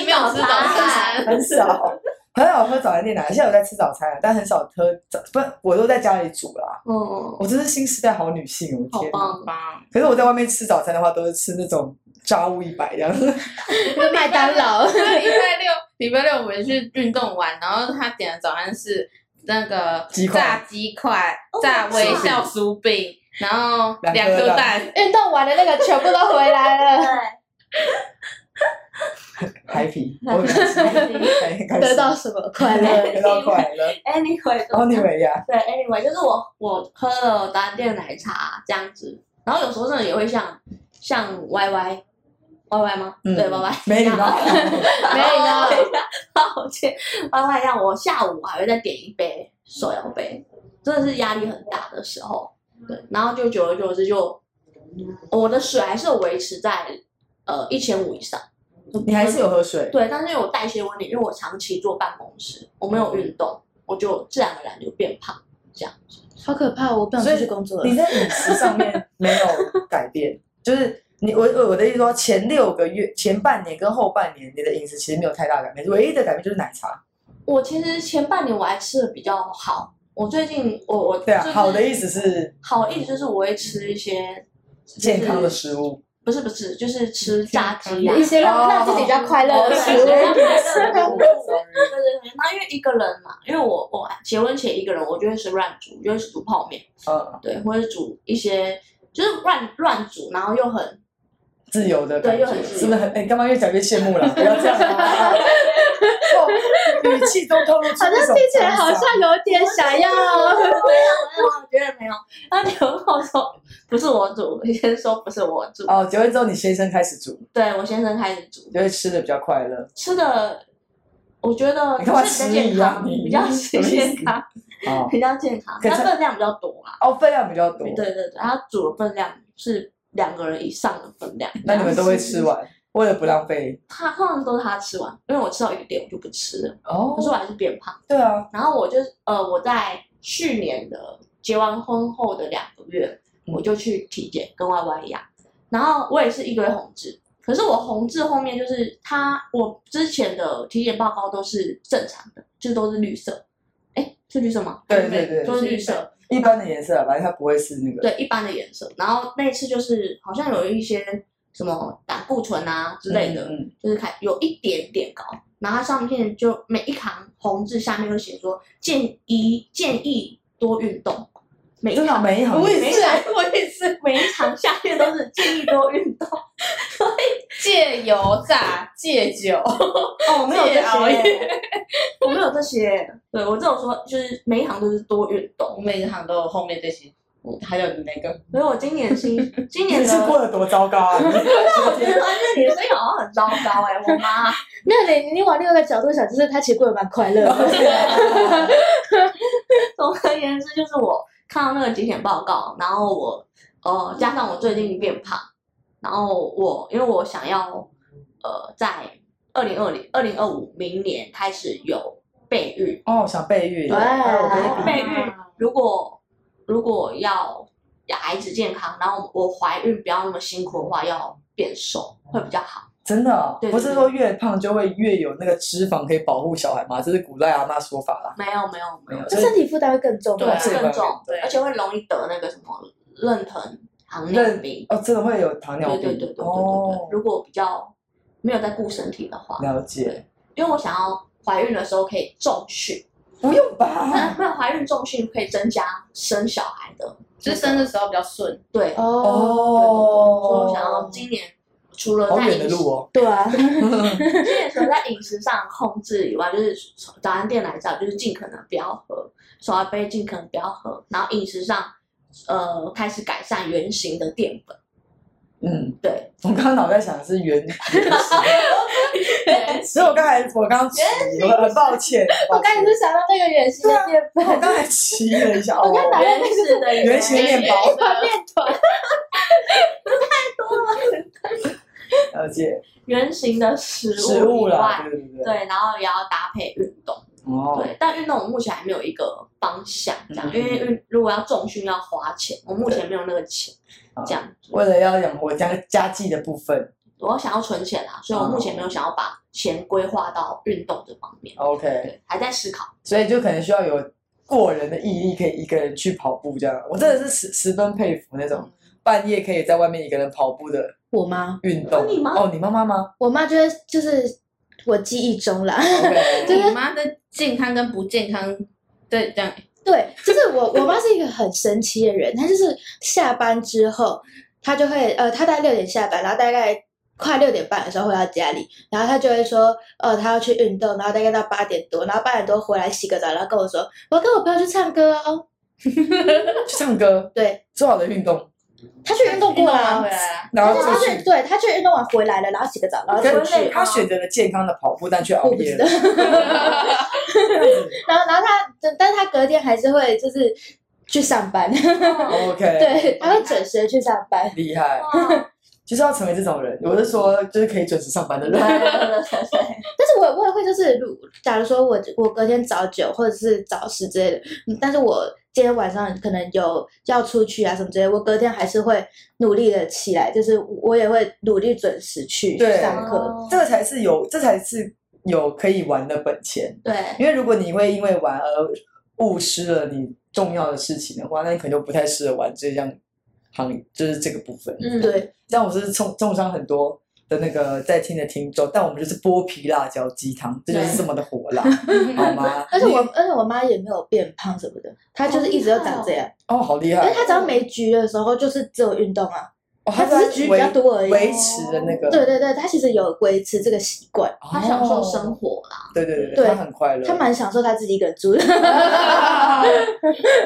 Speaker 4: 没有吃早
Speaker 2: 哦
Speaker 4: 餐，
Speaker 1: 很少很少喝早餐店奶茶，现在我在吃早餐，但很少喝早，不，我都在家里煮啦。
Speaker 3: 嗯，
Speaker 1: 我真是新时代好女性，哦我
Speaker 3: 好
Speaker 1: 天哪！
Speaker 3: 棒，
Speaker 4: 棒，
Speaker 1: 可是我在外面吃早餐的话，都是吃那种炸物一百这样子。
Speaker 2: 麦当劳，
Speaker 4: 礼拜六，礼拜六我们去运动完，然后他点的早餐是那个
Speaker 1: 鸡块
Speaker 4: 炸鸡块、
Speaker 3: 哦
Speaker 4: 炸微
Speaker 1: 酥饼
Speaker 4: 笑酥饼，然后
Speaker 1: 两
Speaker 4: 两
Speaker 1: 颗
Speaker 4: 颗
Speaker 1: 蛋
Speaker 4: 蛋，
Speaker 2: 运动完的那个全部都回来了，
Speaker 3: 对，
Speaker 1: happy，我很开心， 很 开心
Speaker 2: 得到什么快乐？
Speaker 1: 得到快乐。
Speaker 3: anyway，
Speaker 1: 然后你们呀，
Speaker 3: 对，anyway，就是我我喝了单店奶茶这样子，然后有时候真的也会像像 YY。Y Y 吗？
Speaker 1: 嗯
Speaker 3: 对，Y Y
Speaker 1: 没礼 貌，
Speaker 2: 没有呢
Speaker 3: 抱歉，Y Y 让我下午还会再点一杯手摇杯，真的是压力很大的时候。对，然后就久而久之就，我的水还是有维持在呃一千五以上。
Speaker 1: 你还是有喝水。
Speaker 3: 对，但是因为我代谢问题，因为我长期坐办公室，我没有运动，我就自然而然就变胖这样子。
Speaker 2: 好可怕！我不想
Speaker 1: 所以
Speaker 2: 出去工作了
Speaker 1: 你。在饮食上面没有改变， 就是你我我我的意思说，前六个月、前半年跟后半年，你的饮食其实没有太大改变，唯一的改变就是奶茶。
Speaker 3: 我其实前半年我还吃的比较好，我最近我我
Speaker 1: 对啊，
Speaker 3: 就是
Speaker 1: 好的意思是
Speaker 3: 好的意思就是我会吃一些
Speaker 1: 健康的，食物，
Speaker 3: 就是不是不是就是吃炸鸡呀、
Speaker 2: 一些让
Speaker 1: 哦
Speaker 2: 让自己比较快乐的
Speaker 3: 哦
Speaker 2: 食
Speaker 3: 对对
Speaker 2: 物，
Speaker 3: 对对 对对
Speaker 1: Sorry
Speaker 3: 对对，那因为一个人嘛，因为我我结婚前一个人，我就会是乱煮，我就会煮泡面，
Speaker 1: 嗯，
Speaker 3: 对，或者煮一些就是乱乱煮，然后又很
Speaker 1: 自由的感
Speaker 3: 对
Speaker 1: 觉
Speaker 3: 又很自由
Speaker 1: 真的很，哎，干嘛越讲越羡慕了？ 不要这样啊！哦语气中透露出
Speaker 2: 好像
Speaker 1: 一种
Speaker 2: 听起来好
Speaker 1: 沧
Speaker 2: 像
Speaker 1: 桑
Speaker 2: 有点想要。
Speaker 3: 没有没有，我觉得没有。他女朋友说不是我煮，你先说不是我煮，
Speaker 1: 哦，结婚之后你先生开始煮，
Speaker 3: 对我先生开始煮，
Speaker 1: 就会吃的比较快乐。
Speaker 3: 吃的我觉得
Speaker 1: 你干嘛
Speaker 3: 是
Speaker 1: 吃
Speaker 3: 比较健
Speaker 1: 一样
Speaker 3: 康，
Speaker 1: 你
Speaker 3: 比较
Speaker 1: 什么意思
Speaker 3: 健康，
Speaker 1: 哦
Speaker 3: 比较健康，
Speaker 1: 可是
Speaker 3: 但分量比较多啊啦。
Speaker 1: 哦，分量比较多
Speaker 3: 对，对对，他煮的分量是两个人以上的分量。
Speaker 1: 那你们都会吃？ 完，为了不浪费
Speaker 3: 他通常都是他吃完，因为我吃到一个点我就不吃了，
Speaker 1: 哦
Speaker 3: 可是我还是变胖。
Speaker 1: 对啊，
Speaker 3: 然后我就是呃，我在去年的结完婚后的两个月，
Speaker 1: 嗯
Speaker 3: 我就去体检，跟 Y Y 一样。然后我也是一堆红痣，可是我红痣后面就是它，我之前的体检报告都是正常的，就都是绿色。哎，是绿色吗？
Speaker 1: 对对对
Speaker 3: 都是绿
Speaker 4: 是绿
Speaker 3: 色，
Speaker 1: 一般的颜色啊，反正它不会是那个。
Speaker 3: 对一般的颜色。然后那一次就是好像有一些什么胆固醇啊之类的，
Speaker 1: 嗯，
Speaker 3: 就是看有一点点高，然后它上面就每一行红字下面就写说建议建议多运动，每一
Speaker 1: 真的
Speaker 3: 行
Speaker 1: 每一行
Speaker 3: 我也是啊
Speaker 4: 我也是
Speaker 3: 每一行下面都是建议多运动。
Speaker 4: 戒油炸、戒酒，
Speaker 3: 哦，我没有这
Speaker 4: 戒熬
Speaker 3: 些， 我没有这些，对我只有说就是每一行都是多运
Speaker 4: 我
Speaker 3: 动，
Speaker 4: 每一行都有后面这些，还有你那个。
Speaker 3: 所以我今年 新今年
Speaker 1: 你
Speaker 3: 的。
Speaker 1: 是过得多糟糕啊！
Speaker 3: 我觉得这女生好像很糟糕哎、我妈，
Speaker 2: 那你你往另外一个角度想，就是他其实过得蛮快乐 的。
Speaker 3: 总而言之，就是我看到那个体检报告，然后我呃加上我最近变胖，然后我因为我想要呃在二零二零二零二五明年开始有备孕，
Speaker 1: 哦，想备孕，
Speaker 2: 对
Speaker 1: 还有
Speaker 3: 然后
Speaker 1: baby，
Speaker 3: 备孕如果如果要孩子健康，然后我怀孕不要那么辛苦的话，要变瘦会比较好。
Speaker 1: 真的哦
Speaker 3: 对对
Speaker 1: 不是说越胖就会越有那个脂肪可以保护小孩吗？这是古代阿妈说法啦。
Speaker 3: 没有没有没有，
Speaker 2: 就身体负担会更重
Speaker 3: 对
Speaker 2: 吧，
Speaker 1: 这
Speaker 3: 更
Speaker 1: 个
Speaker 3: 重，
Speaker 1: 对
Speaker 3: 而且会容易得那个什么妊娠糖尿
Speaker 1: 妊
Speaker 3: 病。
Speaker 1: 哦，真的会有糖尿病，
Speaker 3: 对对对对对对对。
Speaker 1: 哦，
Speaker 3: 如果比较没有在顾身体的话，
Speaker 1: 了解，
Speaker 3: 因为我想要怀孕的时候可以重训，
Speaker 1: 不用
Speaker 3: 那
Speaker 1: 吧？
Speaker 3: 没有怀孕重训可以增加生小孩的，
Speaker 4: 就是生的时候比较顺，
Speaker 3: 对。
Speaker 2: 哦
Speaker 3: 所以
Speaker 1: 哦
Speaker 3: 我，想要今年除了
Speaker 1: 好
Speaker 3: 在
Speaker 1: 远的
Speaker 3: 饮食，
Speaker 1: 路哦，
Speaker 2: 对啊，
Speaker 3: 今年除了在饮食上控制以外，就是早餐店奶茶就是尽可能不要喝，手摇杯尽可能不要喝，然后饮食上呃开始改善原型的淀粉，
Speaker 1: 嗯，
Speaker 3: 对，
Speaker 1: 我刚刚脑袋想的是原，
Speaker 3: 对
Speaker 1: 所以我刚才我刚迟疑了，很抱歉，
Speaker 2: 我
Speaker 1: 很抱
Speaker 2: 刚才
Speaker 1: 歉
Speaker 2: 就想到那个圆形的面包，
Speaker 1: 我刚才迟疑了一 下，哦
Speaker 2: 我，刚才
Speaker 3: 原始的
Speaker 1: 原型的面包，
Speaker 2: 面团，
Speaker 1: 了解
Speaker 3: 圆形的食
Speaker 1: 食
Speaker 3: 物
Speaker 1: 物
Speaker 3: 以
Speaker 1: 啦，
Speaker 3: 外，
Speaker 1: 对对对，
Speaker 3: 对，然后也要搭配运动，
Speaker 1: 哦，
Speaker 3: 对，但运动我目前还没有一个方向这样，
Speaker 1: 嗯
Speaker 3: 因为运如果要重训要花钱，我目前没有那个钱
Speaker 1: 啊
Speaker 3: 这样子，
Speaker 1: 为了要养活家家计的部分
Speaker 3: 我想要存钱啊，所以我目
Speaker 1: 哦
Speaker 3: 前没有想要把钱规划到运动这方面，
Speaker 1: ，OK，
Speaker 3: 对，还在 思考，
Speaker 1: 所以就可能需要有过人的毅力，可以一个人去跑步这样。我真的是十十分佩服那种半夜可以在外面一个人跑步的
Speaker 2: 我妈，
Speaker 1: 运动。
Speaker 3: 哦你妈
Speaker 1: 哦，你妈妈吗
Speaker 2: 我妈就是就是我记忆中啦，
Speaker 1: ？OK，
Speaker 4: 你妈的健康跟不健康，对，这样
Speaker 2: 对，就是我，我妈是一个很神奇的人，她就是下班之后，她就会呃，她大概六点下班，然后大概快六点半的时候回到家里，然后她就会说，呃，她要去运动，然后大概到八点多，然后八点多回来洗个澡，然后跟我说，我要跟我朋友去唱歌哦，
Speaker 1: 去唱歌，
Speaker 2: 对，
Speaker 1: 做好的运动，
Speaker 2: 她去运动过
Speaker 4: 运
Speaker 2: 了
Speaker 4: 完
Speaker 2: 啊
Speaker 4: 回。来了，
Speaker 1: 然后
Speaker 2: 她就她
Speaker 1: 继
Speaker 2: 去
Speaker 1: 续。
Speaker 2: 对她去运动完回来了，然后洗个澡，然后
Speaker 1: 跟
Speaker 2: 回
Speaker 3: 去
Speaker 1: 他选择了健康的跑步，但却熬
Speaker 2: 哦我不
Speaker 1: 夜
Speaker 2: 知
Speaker 1: 了
Speaker 2: 道。。 然后然后她，但但是她隔天还是会就是去上班，
Speaker 3: 嗯
Speaker 1: OK，，
Speaker 2: 对，她会准时地去上班。
Speaker 1: 厉害，
Speaker 3: 哇
Speaker 1: 就是要成为这种人。我是说，就是可以准时上班的人。
Speaker 2: 但是我我也会就是，如假如说我我隔天早九或者是早十之类的，嗯但是我今天晚上可能有要出去啊什么之类的，我隔天还是会努力的起来，就是我也会努力准时去
Speaker 1: 对
Speaker 2: 上课。
Speaker 3: 嗯
Speaker 1: 这个才是有，这才是有可以玩的本钱。
Speaker 3: 对，
Speaker 1: 因为如果你会因为玩而误失了你重要的事情的话，那你可能就不太适合玩这项行，就是这个部分。
Speaker 3: 嗯，
Speaker 2: 对，
Speaker 1: 这样我是重重伤很多的那个在听的听众，但我们就是剥皮辣椒鸡汤，这就是这么的火辣，好吗？
Speaker 2: 而且我
Speaker 1: 你
Speaker 2: 而且我妈也没有变胖什么的，她就是一直都长这样，
Speaker 1: 哦，好厉害
Speaker 2: 因为她只要没局的时候就是只有运动啊，
Speaker 1: 哦，
Speaker 2: 她只
Speaker 1: 在
Speaker 2: 是局比较多而
Speaker 1: 维
Speaker 2: 已。
Speaker 1: 维持的那个，
Speaker 2: 对对对，她其实有维持这个习惯，
Speaker 1: 哦，
Speaker 3: 他享受生活啦，
Speaker 1: 对对对
Speaker 2: 对
Speaker 1: 他很快乐，
Speaker 2: 她蛮享受她自己一个人 住的。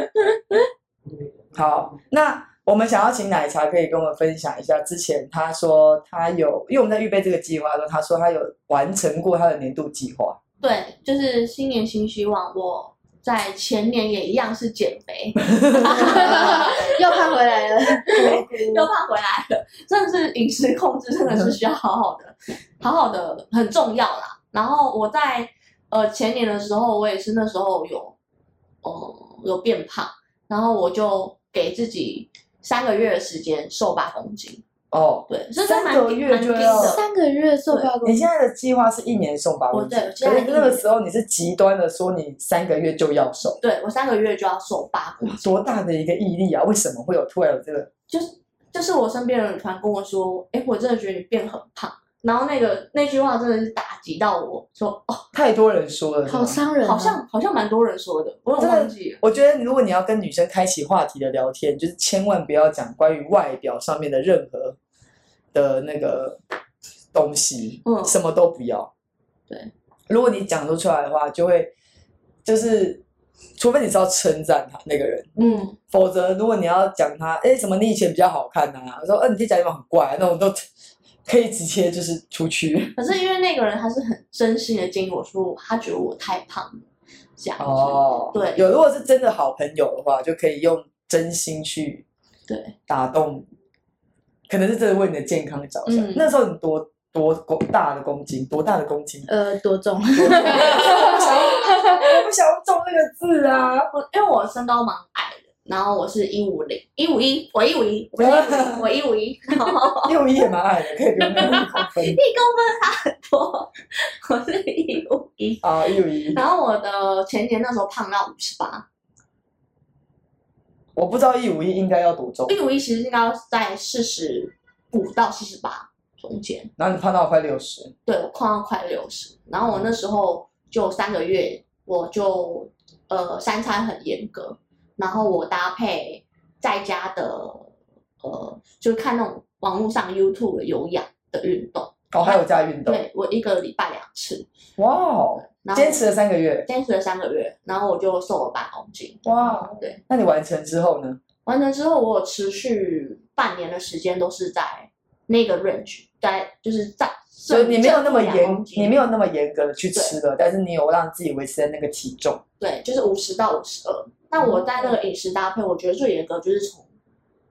Speaker 1: 好，那我们想要请奶茶可以跟我们分享一下，之前他说他有，因为我们在预备这个计划的时候，他说他有完成过他的年度计划。
Speaker 3: 对，就是新年新希望，我在前年也一样是减肥，
Speaker 2: 又胖回来了。
Speaker 3: 又胖回来了，真的是饮食控制真的是需要好好的，好好的很重要啦。然后我在呃前年的时候，我也是那时候有，呃有变胖，然后我就给自己三个月的时间瘦八公斤，
Speaker 1: 哦，
Speaker 3: 对，是
Speaker 1: 三个月就要
Speaker 2: 三个月瘦八公
Speaker 1: 你
Speaker 2: 斤，
Speaker 1: 现在的计划是一年瘦八
Speaker 3: 嗯我
Speaker 1: 公斤，
Speaker 3: 对，现
Speaker 1: 可
Speaker 3: 在
Speaker 1: 是那个时候你是极端的说你三个月就要瘦，
Speaker 3: 对我三个月就要瘦八公斤。
Speaker 1: 多大的一个毅力啊！为什么会有突然有这个？
Speaker 3: 就是就是我身边的人突然跟我说，哎、我真的觉得你变很胖。然后那个那句话真的是打击到我，说哦，
Speaker 1: 太多人说了，是
Speaker 2: 好
Speaker 1: 吗
Speaker 2: 伤人、啊。？
Speaker 3: 好像好像蛮多人说的，我有
Speaker 1: 真的
Speaker 3: 忘记了。
Speaker 1: 我觉得，如果你要跟女生开启话题的聊天，就是千万不要讲关于外表上面的任何的那个东西，
Speaker 3: 嗯
Speaker 1: 什么都不要。
Speaker 3: 对，
Speaker 1: 如果你讲出出来的话，就会就是，除非你是要称赞他那个人，
Speaker 3: 嗯，
Speaker 1: 否则如果你要讲他，哎，什么你以前比较好看啊，说，嗯、你这假睫毛很怪、啊，那种都可以直接就是出去。
Speaker 3: 可是因为那个人他是很真心的建议我说，他觉得我太胖了，这样子。
Speaker 1: 哦，
Speaker 3: 对
Speaker 1: 有如果是真的好朋友的话，就可以用真心去
Speaker 3: 对，
Speaker 1: 打动，可能是真的为你的健康着想。
Speaker 3: 嗯
Speaker 1: 那时候你多多公大的公斤，多大的公 斤
Speaker 2: 呃多重，
Speaker 1: 我 不想要，我不想要中那个字啊！
Speaker 3: 我因为我身高蛮矮的，然后我是一五零一五一，我一五一，我151我一五一， 然后
Speaker 1: 六一也蛮矮的，可以不用那么公分
Speaker 3: 我我是一五一，
Speaker 1: 啊，六一。
Speaker 3: 然后我的前年那时候胖到五十八，
Speaker 1: 我不知道一五一应该要多重，
Speaker 3: 一五一其实应该要在四十五到四十八中间，
Speaker 1: 然后你胖到快六十，
Speaker 3: 对我胖到快六十，然后我
Speaker 1: 嗯
Speaker 3: 那时候就三个月，我就呃三餐很严格，然后我搭配在家的呃，就是看那种网络上 YouTube 的有氧的运动，
Speaker 1: 哦，还有加运动，
Speaker 3: 对我一个礼拜两次，
Speaker 1: 哇哦！
Speaker 3: 然后
Speaker 1: 坚持了三个月，
Speaker 3: 坚持了三个月，然后我就瘦了八公斤，
Speaker 1: 哇！哦
Speaker 3: 对，
Speaker 1: 那你完成之后呢？
Speaker 3: 完成之后我有持续半年的时间都是在那个 range，在就是在，
Speaker 1: 所以你没有那么
Speaker 3: 正负两
Speaker 1: 严
Speaker 3: 公，斤
Speaker 1: 你没有那么严格的去吃了，但是你有让自己维持在那个体重。
Speaker 3: 对，就是五十到五十二。但我在那个饮食搭配，我觉得最严格就是从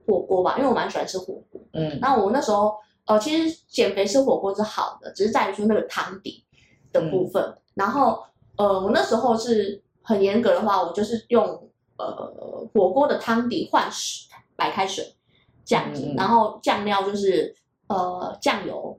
Speaker 3: 火锅吧，因为我蛮喜欢吃火锅。
Speaker 1: 嗯，
Speaker 3: 那我那时候呃，其实减肥吃火锅是好的，只是在于说那个汤底的
Speaker 1: 嗯
Speaker 3: 部分。然后呃，我那时候是很严格的话，我就是用呃火锅的汤底换水白开水这样子，
Speaker 1: 嗯嗯
Speaker 3: 然后酱料就是呃酱油、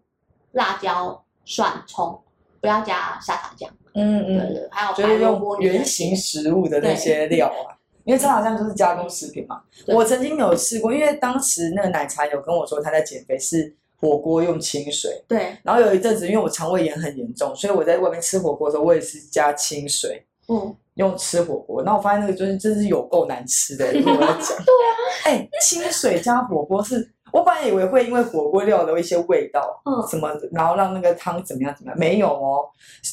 Speaker 3: 辣椒、蒜、葱，不要加砂糖酱。
Speaker 1: 嗯
Speaker 3: 对
Speaker 1: 嗯，
Speaker 3: 对，还有
Speaker 1: 就
Speaker 3: 白
Speaker 1: 是
Speaker 3: 萝卜
Speaker 1: 用
Speaker 3: 泥
Speaker 1: 原形食物的那些料啊。因为它好像就是加工食品嘛。
Speaker 3: 对
Speaker 1: 我曾经有试过，因为当时那个奶茶有跟我说他在减肥，是火锅用清水。
Speaker 3: 对，
Speaker 1: 然后有一阵子，因为我肠胃炎很严重，所以我在外面吃火锅的时候，我也是加清水。
Speaker 3: 嗯，
Speaker 1: 用吃火锅，然后我发现那个就是真是有够难吃 的，如果我要讲。对啊，哎，清水加火锅是，我本来以为会因为火锅料的一些味道，
Speaker 3: 嗯
Speaker 1: 什么，然后让那个汤怎么样怎么样，没有哦，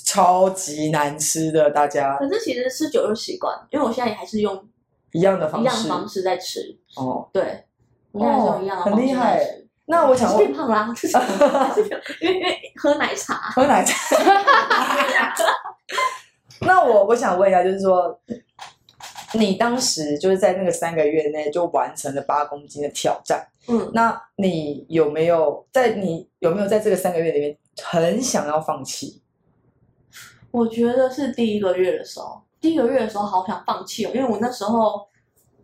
Speaker 1: 超级难吃的，大家
Speaker 3: 可是其实吃久就习惯了，因为我现在也还是用
Speaker 1: 一样的
Speaker 3: 一
Speaker 1: 方
Speaker 3: 样
Speaker 1: 式
Speaker 3: 的方式在吃，
Speaker 1: 哦。
Speaker 3: 对，我现在还是用一样的方式
Speaker 1: 很厉
Speaker 3: 在
Speaker 1: 害
Speaker 3: 吃。
Speaker 1: 那我
Speaker 3: 还
Speaker 1: 想
Speaker 3: 是
Speaker 1: 问
Speaker 3: 变，胖啦，就是还是变胖 因为因为喝 奶茶，
Speaker 1: 喝奶茶。那我我想问一下，就是说，你当时就是在那个三个月内就完成了八公斤的挑战。
Speaker 3: 嗯，
Speaker 1: 那你有没有在你有没有在这个三个月里面很想要放弃？
Speaker 3: 我觉得是第一个月的时候，第一个月的时候好想放弃哦，因为我那时候，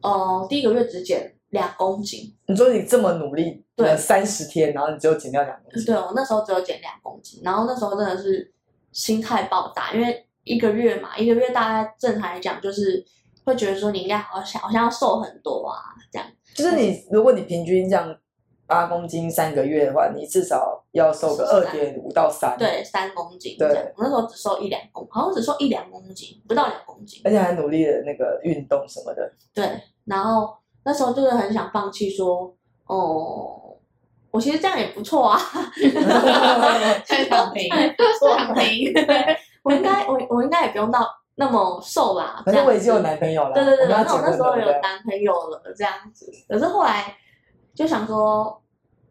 Speaker 3: 呃，第一个月只减两公斤，
Speaker 1: 你说你这么努力，
Speaker 3: 对嗯
Speaker 1: 三十天，然后你只有减掉两公斤，
Speaker 3: 对我那时候只有减两公斤，然后那时候真的是心态爆炸，因为一个月嘛，一个月大家正常来讲就是会觉得说你应该好像好像要瘦很多啊，这样
Speaker 1: 就是
Speaker 3: 嗯
Speaker 1: 你如果你平均这样八公斤三个月的话，你至少要瘦个二
Speaker 3: 13
Speaker 1: 点五到三，，
Speaker 3: 对三公斤这样
Speaker 1: 对，
Speaker 3: 我那时候只瘦一两公，好像只瘦一两公斤，不到两公斤，
Speaker 1: 而且还努力的那个运动什么的，
Speaker 3: 对，然后那时候就是很想放弃，说，哦，我其实这样也不 错啊，
Speaker 4: 太躺平，
Speaker 3: 错
Speaker 4: 躺平。
Speaker 3: 我应该我我应该也不用到那么瘦吧，
Speaker 1: 反
Speaker 3: 这
Speaker 1: 正
Speaker 3: 样
Speaker 1: 我已经有
Speaker 3: 子
Speaker 1: 男朋友了，
Speaker 3: 对对
Speaker 1: 我
Speaker 3: 对，
Speaker 1: 们
Speaker 3: 那
Speaker 1: 要
Speaker 3: 我
Speaker 1: 结
Speaker 3: 那
Speaker 1: 婚
Speaker 3: 时候
Speaker 1: 了，对不
Speaker 3: 有
Speaker 1: 对？
Speaker 3: 男朋友了这样子，可是后来就想说，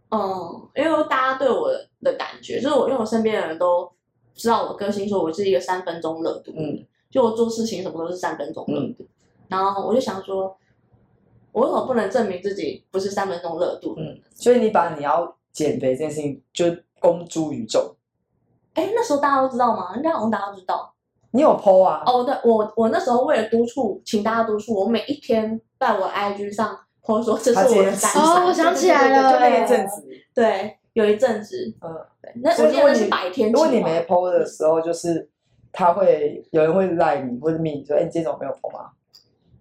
Speaker 3: 嗯，因为大家对我的感觉，就是我因为我身边的人都知道我个性，说我是一个三分钟热度，
Speaker 1: 嗯，
Speaker 3: 就我做事情什么都是三分钟热度，然后我就想说，我为什么不能证明自己不是三分钟热度？
Speaker 1: 嗯所以你把你要减肥这件事情就公诸于众，
Speaker 3: 哎，那时候大家都知道吗？应该好像大家都知道。
Speaker 1: 你有 PO 啊？
Speaker 3: 哦，对，我我那时候为了督促，请大家督促，我每一天在我 IG 上 po 说这
Speaker 1: 他
Speaker 3: 是
Speaker 1: 今
Speaker 3: 我
Speaker 1: 天
Speaker 3: 的
Speaker 1: 吃
Speaker 3: 三
Speaker 1: 啥，
Speaker 2: 哦我想起来
Speaker 1: 对
Speaker 2: 了
Speaker 1: 对对对就那一阵子。
Speaker 3: 对，有一阵子，
Speaker 1: 嗯，
Speaker 3: 对，那
Speaker 1: 所以
Speaker 3: 我记得那
Speaker 1: 如果
Speaker 3: 是
Speaker 1: 你
Speaker 3: 白天计
Speaker 1: 如
Speaker 3: 划。
Speaker 1: 果你没 PO 的时候，就是他会有人会赖你或者密你说，哎、你今天怎么没有 PO 啊？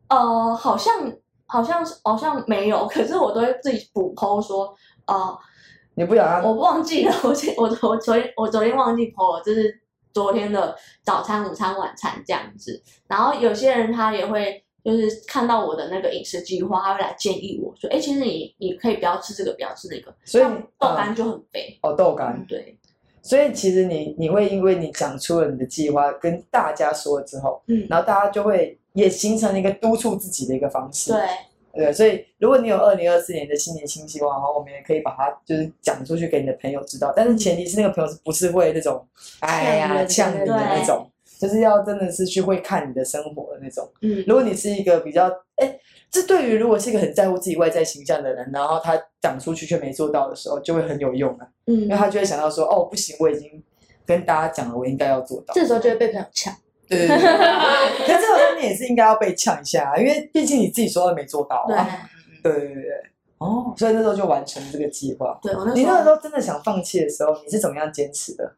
Speaker 3: 呃，好像好像是好像没有，可是我都会自己补 PO 说，呃，
Speaker 1: 你不想让
Speaker 3: 我忘记了，我今我我昨天我昨天忘记 PO 了，就是昨天的早餐、午餐、晚餐这样子。然后有些人他也会。就是看到我的那个饮食计划，他会来建议我说：“哎、其实你你可以不要吃这个，不要吃那个。”
Speaker 1: 所以
Speaker 3: 像豆干嗯
Speaker 1: 嗯
Speaker 3: 就很肥，
Speaker 1: 哦豆干，
Speaker 3: 对，
Speaker 1: 所以其实你你会因为你讲出了你的计划跟大家说了之后，
Speaker 3: 嗯，
Speaker 1: 然后大家就会也形成了一个督促自己的一个方式，
Speaker 3: 对，
Speaker 1: 对，所以如果你有二零二四年的新年新希望的话，我们也可以把它就是讲出去给你的朋友知道，但是前提是那个朋友是不是会那种哎呀呛
Speaker 2: 呛人
Speaker 1: 你
Speaker 2: 的
Speaker 1: 的那种，就是要真的是去会看你的生活的那种。
Speaker 3: 嗯，
Speaker 1: 如果你是一个比较哎，这对于如果是一个很在乎自己外在形象的人，然后他讲出去却没做到的时候，就会很有用啊，
Speaker 3: 嗯
Speaker 1: 因为他就会想到说哦不行，我已经跟大家讲了，我应该要做 到。
Speaker 2: 这时候就会被朋友抢。
Speaker 1: 对对对对。对可是这好像你也是应该要被呛一下啊，因为毕竟你自己说的没做到
Speaker 3: 对
Speaker 1: 啊。对对对对，哦，所以那时候就完成这个计划。
Speaker 3: 对，我那
Speaker 1: 你
Speaker 3: 时
Speaker 1: 那个
Speaker 3: 候
Speaker 1: 时候真的想放弃的时候，你是怎么样坚持的？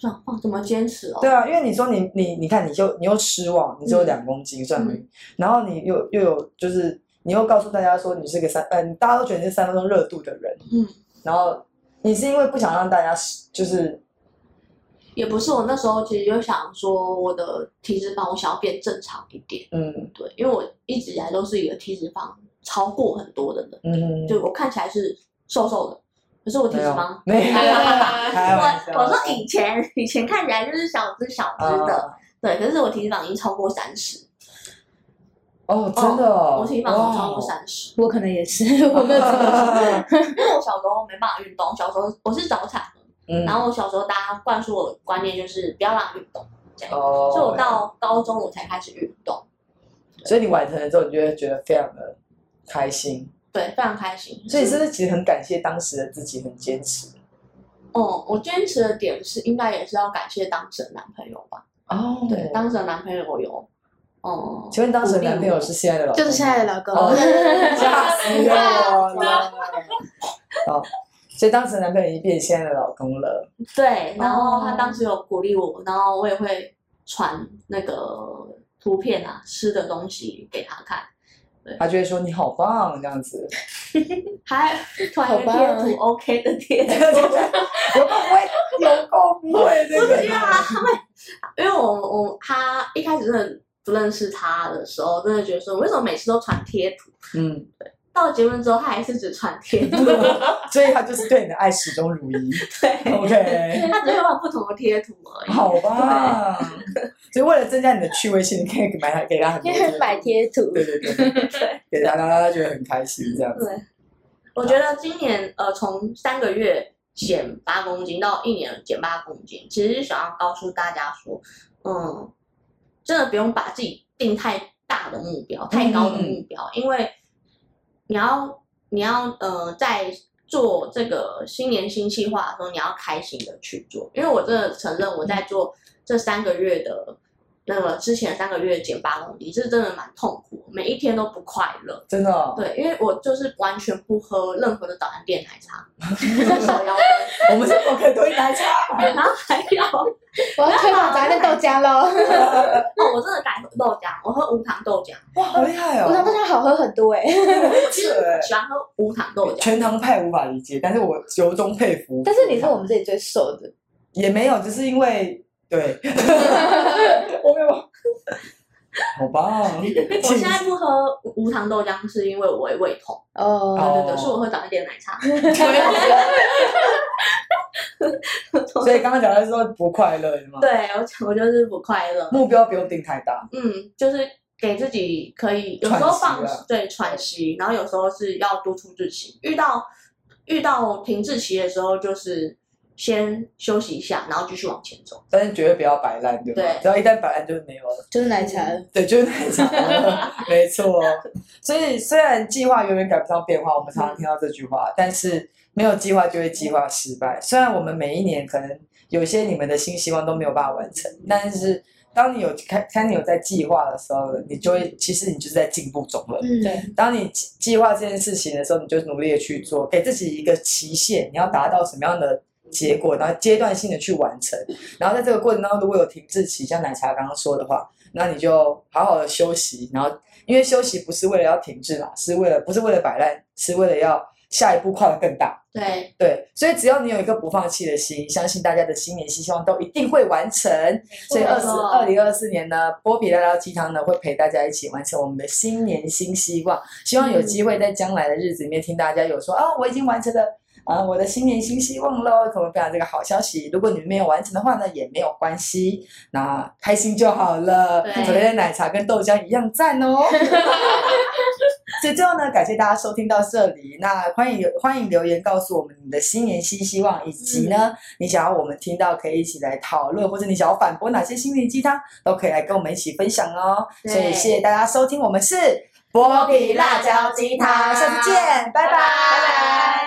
Speaker 3: 想放怎么坚持哦？
Speaker 1: 对啊，因为你说你你你看，你就你又失望，你只有
Speaker 3: 嗯
Speaker 1: 两公斤算了，然后你又又有就是你又告诉大家说你是个三，嗯、大家都觉得你是三分钟热度的人，
Speaker 3: 嗯，
Speaker 1: 然后你是因为不想让大家失就是
Speaker 3: 也不是，我那时候其实就想说，我的体脂肪我想要变正常一点，
Speaker 1: 嗯
Speaker 3: 对，因为我一直以来都是一个体脂肪超过很多的人，
Speaker 1: 嗯，
Speaker 3: 对我看起来是瘦瘦的，可是我体
Speaker 1: 没
Speaker 3: 脂
Speaker 1: 有
Speaker 3: 肪，
Speaker 1: 没 有，哎开玩笑啊
Speaker 3: 我我说以前以前看起来就是小只小只的，
Speaker 1: 啊
Speaker 3: 对，可是我体脂肪已经超过三十，
Speaker 1: 哦，真的哦，
Speaker 3: 我体脂肪
Speaker 1: 哇
Speaker 3: 超过三十。
Speaker 2: 我可能也是，我没有这么
Speaker 3: 因为我小时候没办法运动，小时候我是早产的，
Speaker 1: 嗯，
Speaker 3: 然后我小时候大家灌输我的观念就是不要让它运动，
Speaker 1: 哦，
Speaker 3: 所以我到高中我才开始运动，
Speaker 1: 所以你完成了之后，你就会觉得非常的开心。
Speaker 3: 对，非常开心。
Speaker 1: 所以真的其实很感谢当时的自己，很坚持。
Speaker 3: 哦、我坚持的点是，应该也是要感谢当时的男朋友吧？
Speaker 1: 哦
Speaker 3: 对，当时的男朋友有，哦、
Speaker 1: 请问当时的男朋友是现在的老公吗？
Speaker 2: 就是现在的老公。
Speaker 1: 哦 吓死我
Speaker 3: 对
Speaker 1: 了！哦，所以当时的男朋友已经变现在的老公了。
Speaker 3: 对，然后
Speaker 2: 哦
Speaker 3: 他当时有鼓励我，然后我也会传那个图片啊，吃的东西给他看，
Speaker 1: 他就会说你好棒这样子，
Speaker 3: 还传一个
Speaker 2: 好棒
Speaker 3: 贴图 OK 的贴图。
Speaker 1: 有够不会，有够不会这
Speaker 3: 不
Speaker 1: 个
Speaker 2: 啊
Speaker 3: 是因为他他会，因为我我他一开始真的不认识他的时候，真的觉得说为什么每次都传贴图，
Speaker 1: 嗯，
Speaker 3: 到结婚之后他还是只传贴图，
Speaker 1: 所以他就是对你的爱始终如一。
Speaker 3: 对，
Speaker 1: OK，
Speaker 3: 他只会换不同的贴图而已。
Speaker 1: 好吧。所以为了增加你的趣味性，你可以买他给他很 多
Speaker 2: 因
Speaker 1: 贴
Speaker 2: 为
Speaker 1: 图
Speaker 2: 摆贴图，
Speaker 1: 对对对 对，给大家大家觉得很开心这样子。
Speaker 3: 对，我觉得今年呃从三个月减八公斤到一年减八公斤，其实是想要告诉大家说，嗯，真的不用把自己定太大的目标、太高的目标，
Speaker 1: 嗯
Speaker 3: 因为你要你要呃在做这个新年新计划的时候，你要开心的去做，因为我真的承认我在做这三个月的。那个之前三个月减八公斤，是真的蛮痛苦，每一天都不快乐。
Speaker 1: 真的哦，
Speaker 3: 对，因为我就是完全不喝任何的早餐店奶 茶， 就是手摇杯，
Speaker 1: 我们是不可多奶茶。
Speaker 3: 然后还有哦，
Speaker 2: 我要推 广杂念豆浆喽。
Speaker 3: 我真的改喝豆浆，我喝无糖豆浆，
Speaker 1: 哇，好厉害哦！
Speaker 2: 我想豆浆好喝很多哎、
Speaker 3: 我其实喜欢喝无糖豆浆，
Speaker 1: 全糖派无法理解，但是我由衷佩服。
Speaker 2: 但是你是我们这里最瘦的，
Speaker 1: 也没有，就是因为对，我没有，好棒！
Speaker 3: 我现在不喝无糖豆浆是因为我会胃痛，
Speaker 2: 哦、
Speaker 1: 哦
Speaker 3: 对对对，是我喝早餐店奶 茶，
Speaker 1: 所以刚刚讲的是说不快乐是吗？，
Speaker 3: 对我我就是不快乐，
Speaker 1: 目标不用定太大，
Speaker 3: 嗯，就是给自己可以有时候放
Speaker 1: 喘息啊
Speaker 3: 对喘息，然后有时候是要督促自己，遇到遇到停滞期的时候，就是先休息一下，然后继续往前走。
Speaker 1: 但是绝对不要摆烂，对吧？
Speaker 3: 对
Speaker 1: 只要一旦摆烂就是没有了。
Speaker 2: 就是奶茶。
Speaker 1: 对，就是奶茶，没错。所以虽然计划永远赶不上变化，我们常常听到这句话，但是没有计划就会计划失败。虽然我们每一年可能有些你们的新希望都没有办法完成，但是当你有开，当你有在计划的时候，你就会其实你就是在进步中了。
Speaker 2: 嗯，
Speaker 4: 对
Speaker 1: 当你计计划这件事情的时候，你就努力的去做，给自己一个期限，你要达到什么样的结果，然后阶段性的去完成。然后在这个过程当中，如果有停滞期，像奶茶刚刚说的话，那你就好好的休息。然后，因为休息不是为了要停滞嘛，是为了不是为了摆烂，是为了要下一步跨得更大。
Speaker 3: 对，
Speaker 1: 对，所以只要你有一个不放弃的心，相信大家的新年新希望都一定会完成。所以二十二零二四年呢，波比聊聊鸡汤呢会陪大家一起完成我们的新年新希望。希望有机会在将来的日子里面听大家有说啊，我已经完成了。啊、我的新年新希望喽，跟我们分享这个好消息。如果你们没有完成的话呢，也没有关系，那开心就好了。
Speaker 3: 对
Speaker 1: 昨天的奶茶跟豆浆一样赞哦。 所以最后呢，感谢大家收听到这里。那欢迎欢迎留言告诉我们你的新年新希望，以及呢，
Speaker 3: 嗯
Speaker 1: 你想要我们听到可以一起来讨论，或者你想要反驳哪些心灵鸡汤，都可以来跟我们一起分享哦。
Speaker 3: 对
Speaker 1: 所以谢谢大家收听，我们是剥皮辣椒鸡汤，下次见，拜拜
Speaker 3: 拜拜。